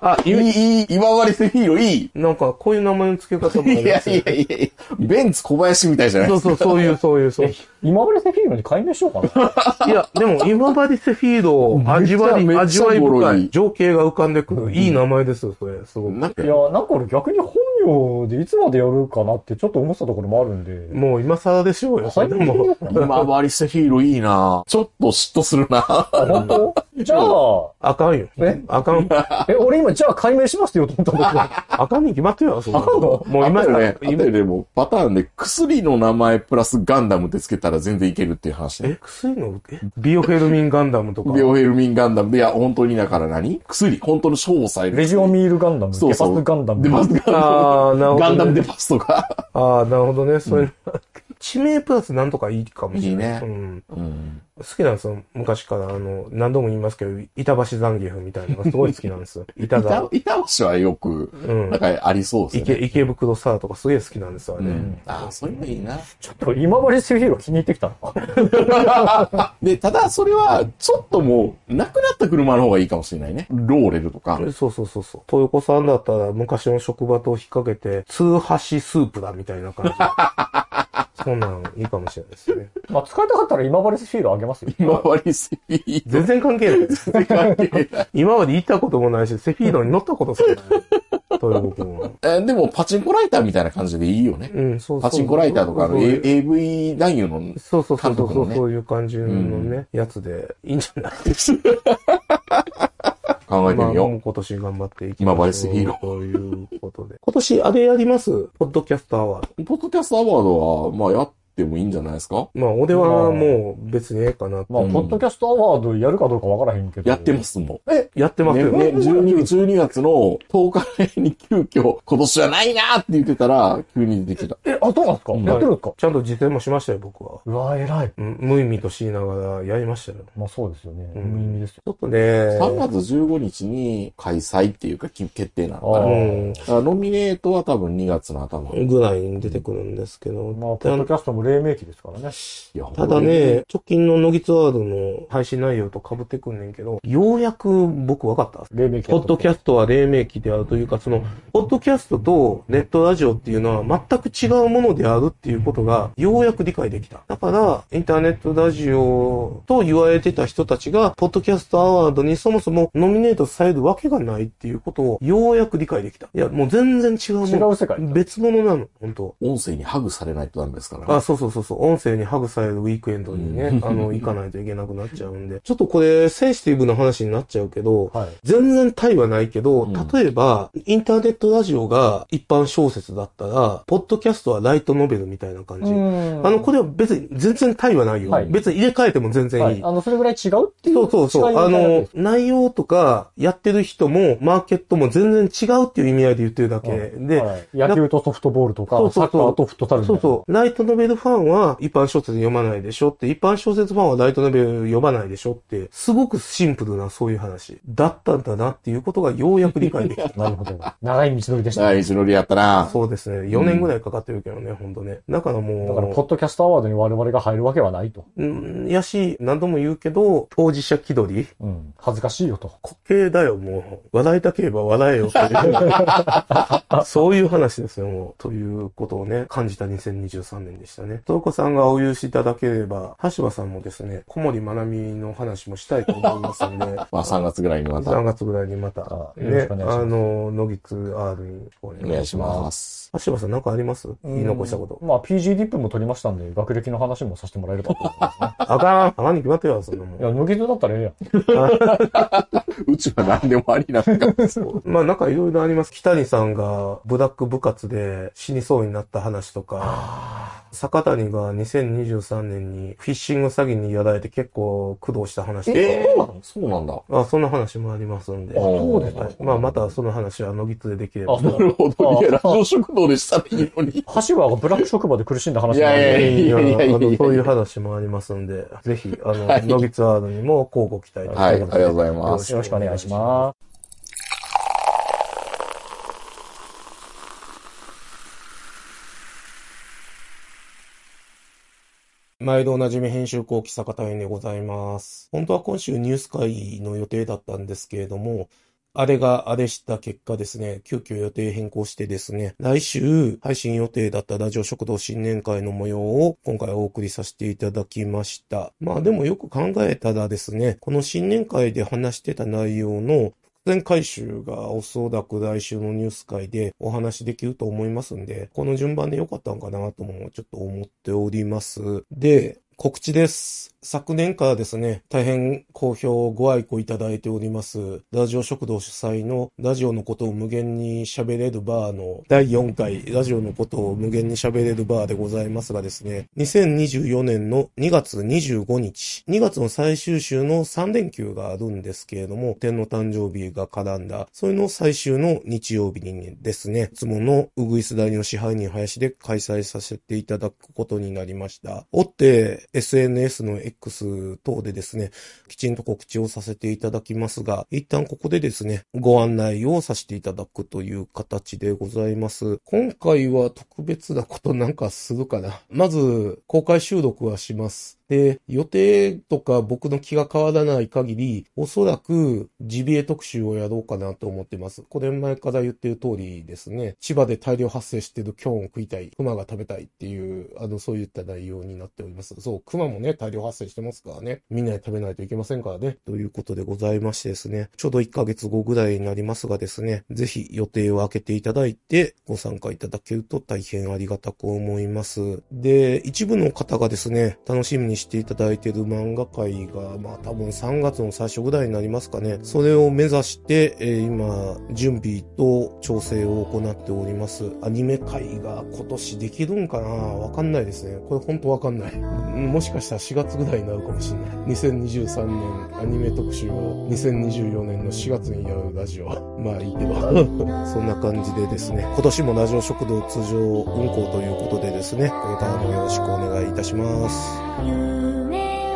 Speaker 1: あ、
Speaker 3: い
Speaker 1: い
Speaker 3: い、いい、今治セフィーロいい。
Speaker 1: なんか、こういう名前の付け方もあ
Speaker 3: い
Speaker 1: りま
Speaker 3: や
Speaker 1: すよ
Speaker 3: いやいやいや、ベンツ小林みたいじゃない
Speaker 1: そうそう、そういう、そういう、そう。
Speaker 4: 今治セフィーロに改名しようか な。
Speaker 1: いや、でも、今治セフィード、味わい、
Speaker 3: めっちゃ
Speaker 1: 味わい
Speaker 3: ボロ
Speaker 1: 深
Speaker 3: い
Speaker 1: い。情景が浮かんでくる。いい名前ですよ、それ。すごく。
Speaker 3: なんか
Speaker 4: い、や、なんか俺逆に本名でいつまでやるかなってちょっと思ってたところもあるんで。
Speaker 1: もう今更でしょうよ、それ
Speaker 4: 最
Speaker 1: で
Speaker 4: 近で
Speaker 1: も。
Speaker 3: 今治セフィーロいいなちょっと嫉妬するな
Speaker 4: 本当じゃあ、
Speaker 1: あかんよ。
Speaker 4: え
Speaker 1: あかん。
Speaker 4: え、俺今、じゃあ解明しますよと思ったんだ
Speaker 1: あかんに決まってるよ、そんなのもう
Speaker 3: あ
Speaker 1: 今
Speaker 3: ったよ
Speaker 1: 更
Speaker 3: ね。あったよね。もう、パターンで薬の名前プラスガンダムってつけたら全然いけるっていう話ね。
Speaker 1: え、薬の、えビオフェルミンガンダムとか。
Speaker 3: ビオフェルミンガンダムで、いや、本当にだから何薬、本当の賞を抑 え
Speaker 4: けど。
Speaker 3: る。
Speaker 4: レジオミールガンダム、
Speaker 3: そうそう
Speaker 4: デパスガンダ
Speaker 3: デパ
Speaker 4: ム。
Speaker 3: スガンダ
Speaker 1: あー、なる
Speaker 3: ム。
Speaker 1: ほど、ね。
Speaker 3: ガンダムデパスとか。
Speaker 1: ああ、なるほどね。それ、地名プラスなんとかいいかもしれない。
Speaker 3: いいね
Speaker 1: うん。
Speaker 3: うん。
Speaker 1: 好きなんですよ。昔から、あの、何度も言いますけど、板橋ザンギエフみたいなのがすごい好きなんです よ。板
Speaker 3: 板
Speaker 1: が。
Speaker 3: 板橋はよく、
Speaker 1: うん
Speaker 3: なん。かありそうですよ
Speaker 1: 池、
Speaker 3: ね。
Speaker 1: 池袋サーとかすげえ好きなんですよ、あ
Speaker 3: う
Speaker 1: れ。
Speaker 3: ん、ああ、そういうのいいな。
Speaker 4: ちょっと今治セフィーロ気に入ってきたな。
Speaker 3: で、ただそれは、ちょっともう、なくなった車の方がいいかもしれないね。ローレルとか。
Speaker 1: そうそうそうそう。豊子さんだったら昔の職場と引っ掛けて、通橋スープだみたいな感 じ。そんなんいいかもしれないですね。
Speaker 4: まあ、使いたかったら今治セフィーロあげますよ。
Speaker 3: 今治セフィーロ
Speaker 1: 全然関係ない。
Speaker 3: って関係ない
Speaker 1: 今まで行ったこともないし、セフィードに乗ったことす らない。豊子くんは。
Speaker 3: えーでも、パチンコライターみたいな感じでいいよね。
Speaker 1: うん、そうそう。
Speaker 3: パチンコライターとか、あの、
Speaker 1: そうそう
Speaker 3: A- AV 男優
Speaker 1: そ
Speaker 3: の、
Speaker 1: うそうそうそう
Speaker 3: 韓
Speaker 1: そ
Speaker 3: 国の
Speaker 1: う、
Speaker 3: ね
Speaker 1: そういう感じのね、やつでいいんじゃない
Speaker 3: 考えて
Speaker 1: まあ
Speaker 3: み
Speaker 1: も
Speaker 3: よ
Speaker 1: う今年頑張っていき
Speaker 3: 今治セフィーロ
Speaker 1: ということで。今年あれやりますポッドキャストアワード。
Speaker 3: う。ポッドキャストアワードは、まあ、やってもいいんじゃないですか
Speaker 1: まあ俺はもう別にええかなって
Speaker 4: まあ、
Speaker 3: うん
Speaker 4: ポッドキャストアワードやるかどうかわからへんけど。
Speaker 3: やってますもん。
Speaker 1: やってます
Speaker 3: ね、
Speaker 1: よ
Speaker 3: ね12、12月の10日に急遽、今年はないなーって言ってたら、急に出てきた。
Speaker 4: え、あ、そうなんですか、
Speaker 3: うん
Speaker 4: やってるんですか
Speaker 1: ちゃんと実践もしましたよ、僕は。
Speaker 4: うわ、偉い。
Speaker 1: うん無意味としながらやりましたよ。
Speaker 4: まあ、そうですよね。
Speaker 1: うん
Speaker 4: 無意味ですよ。
Speaker 1: ちょっとね、
Speaker 3: 3月15日に開催っていうか、き決定なの
Speaker 4: あ
Speaker 3: か
Speaker 4: ー
Speaker 3: な。
Speaker 1: うん、
Speaker 3: だからノミネートは多分2月の頭。い
Speaker 1: ぐらいに出てくるんですけど、
Speaker 4: まあ、ポ
Speaker 1: た
Speaker 4: ッドキャストも黎明期ですからね。
Speaker 3: や
Speaker 1: ただ、ね、直近のノギツワードの配信内容と被ってくんねんけど、ようやく僕分かった。
Speaker 4: 黎明期
Speaker 1: ポッドキ
Speaker 4: ャス
Speaker 1: ャストは黎明期であるというか、その、ポッドキャストとネットラジオっていうのは全く違うものであるっていうことが、ようやく理解できた。だから、インターネットラジオと言われてた人たちが、ポッドキャストアワードにそもそもノミネートされるわけがないっていうことを、ようやく理解できた。いや、もう全然違うも
Speaker 4: 違
Speaker 1: の。
Speaker 4: う世界。
Speaker 1: 別物なの、本当
Speaker 3: 音声にハグされないとダメですから。
Speaker 1: あ、そうそうそうそう。音声にハグされるウィークエンドにね、あの、行かないといけなくなっちゃうんで。ちょっとこれ、センシティブな話になっちゃうけど、
Speaker 4: はい。
Speaker 1: 全然対はないけど、
Speaker 3: うん
Speaker 1: 例えば、インターネットラジオが一般小説だったら、ポッドキャストはライトノベルみたいな感じ。
Speaker 4: ん
Speaker 1: あの、これは別に全然対はないよ。
Speaker 4: はい
Speaker 1: 別に入れ替えても全然いい。
Speaker 4: はい、あの、それぐらい違うっていう。
Speaker 1: そうそうそ。
Speaker 4: 違いうみた
Speaker 1: あ
Speaker 4: いなやつで
Speaker 1: の
Speaker 4: す、
Speaker 1: 内容とか、やってる人も、マーケットも全然違うっていう意味合いで言ってるだけで、
Speaker 4: はい野球とソフトボールとか、
Speaker 1: そうそうそう
Speaker 4: サッカーとフットサルみ
Speaker 1: そ
Speaker 4: たい
Speaker 1: う
Speaker 4: な
Speaker 1: そう。ライトノベルファンは一般小説読まないでしょって、一般小説ファンはライトノベル読まないでしょって、すごくシンプルなそういう話だったんだなっていうことがようやく理解できた。
Speaker 4: なるほど。長い道のりでした。
Speaker 3: 第一乗りやったな。
Speaker 1: そうですね。4年ぐらいかかってるけどね、ほんとね。だからもう、
Speaker 4: だから、ポッドキャストアワードに我々が入るわけはないと。
Speaker 1: うんやし、何度も言うけど、当事者気取り
Speaker 4: うん。恥ずかしいよと。
Speaker 1: 滑稽だよ、もう。笑いたければ笑えよって いう。そういう話ですよ、もう。ということをね、感じた2023年でしたね。トーコさんがお許しいただければ、橋場さんもですね、小森まなみの話もしたいと思いますので、
Speaker 3: まあ3月ぐらいにまた
Speaker 1: 3月ぐらいにまた
Speaker 4: あ、よろ
Speaker 1: ね
Speaker 4: し、くお願いします
Speaker 1: あの、野木ツ R にお
Speaker 3: お願いします。
Speaker 1: す。橋場さんなんかあります言い残したこと。
Speaker 4: まあ、PG リップも取りましたんで、学歴の話もさせてもらえればと思い ますね。
Speaker 1: あかんあかんに決まってよ、そんなもん
Speaker 4: い。や、無傷だったらええやん。
Speaker 3: うちは何でもありなんか。
Speaker 1: まあなんかいろいろあります。北谷さんがブラック部活で死にそうになった話とか、坂谷が2023年にフィッシング詐欺にやられて結構苦労した話とか
Speaker 3: ええそうなんだ。
Speaker 1: あ、そんな話もありますんで。は
Speaker 4: そうです
Speaker 3: あ
Speaker 4: か
Speaker 3: ー
Speaker 1: い、まあ、またその話は野木つでできれば
Speaker 4: あ、。
Speaker 3: なるほど。いや、ラジオ食堂でしたらいいのに。
Speaker 4: 橋はブラック職場で苦しんだ話
Speaker 3: い
Speaker 4: もあ
Speaker 3: や
Speaker 4: る
Speaker 3: いやいや
Speaker 1: いや
Speaker 3: いやいや
Speaker 1: あの、そういう
Speaker 3: いや。
Speaker 1: 話もありますんで、ぜひ、あの、
Speaker 3: はい
Speaker 1: 野木ツアードにも交互期待と
Speaker 3: はい、あり
Speaker 1: う
Speaker 3: が
Speaker 1: ことで
Speaker 3: とうございます。
Speaker 4: よろしくお願いします。
Speaker 1: 毎度おなじみ編集後期坂田園でございます。本当は今週ニュース会の予定だったんですけれども、あれがあれした結果ですね、急遽予定変更してですね、来週配信予定だったラジオ食堂新年会の模様を今回お送りさせていただきました。まあでもよく考えたらですね、この新年会で話してた内容の前回収がおそらく来週のニュース会でお話しできると思いますんで、この順番で良かったのかなともちょっと思っております。で、告知です。昨年からですね、大変好評ご愛顧いただいております、ラジオ食堂主催のラジオのことを無限に喋れるバーの第4回、ラジオのことを無限に喋れるバーでございますがですね、2024年の2月25日、2月の最終週の3連休があるんですけれども、天皇誕生日が絡んだ、それの最終の日曜日にですね、いつものうぐいす大の支配人林で開催させていただくことになりました。おって、SNS の X 等でですね、きちんと告知をさせていただきますが、一旦ここでですね、ご案内をさせていただくという形でございます。今回は特別なことなんかするかな。まず、公開収録はします。で、予定とか僕の気が変わらない限り、おそらくジビエ特集をやろうかなと思ってます。これ前から言ってる通りですね、千葉で大量発生してるキョンを食いたい、熊が食べたいっていう、あの、そういった内容になっております。そう、熊もね、大量発生してますからね、みんなで食べないといけませんからね、ということでございましてですね、ちょうど1ヶ月後ぐらいになりますがですね、ぜひ予定を空けていただいて、ご参加いただけると大変ありがたく思います。で、一部の方がですね、楽しみにしていただいている漫画界が、まあ多分3月の最初ぐらいになりますかね。それを目指して、えー今、準備と調整を行っております。アニメ界が今年できるんかなわかんないですね。これ本当わかんない。 うんもしかしたら4月ぐらいになるかもしれない。2023年アニメ特集を2024年の4月にやるラジオ。 まあいいけど。そんな感じでですね、今年もラジオ食堂通常運行ということでですね、これからもよろしくお願いいたします。
Speaker 5: 夢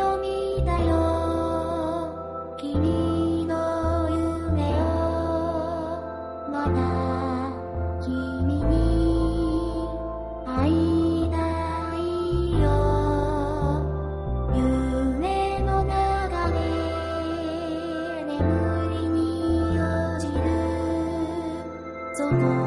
Speaker 5: を見たよ君の夢をまた君に会いたいよ夢の中で眠りに落ちるそこ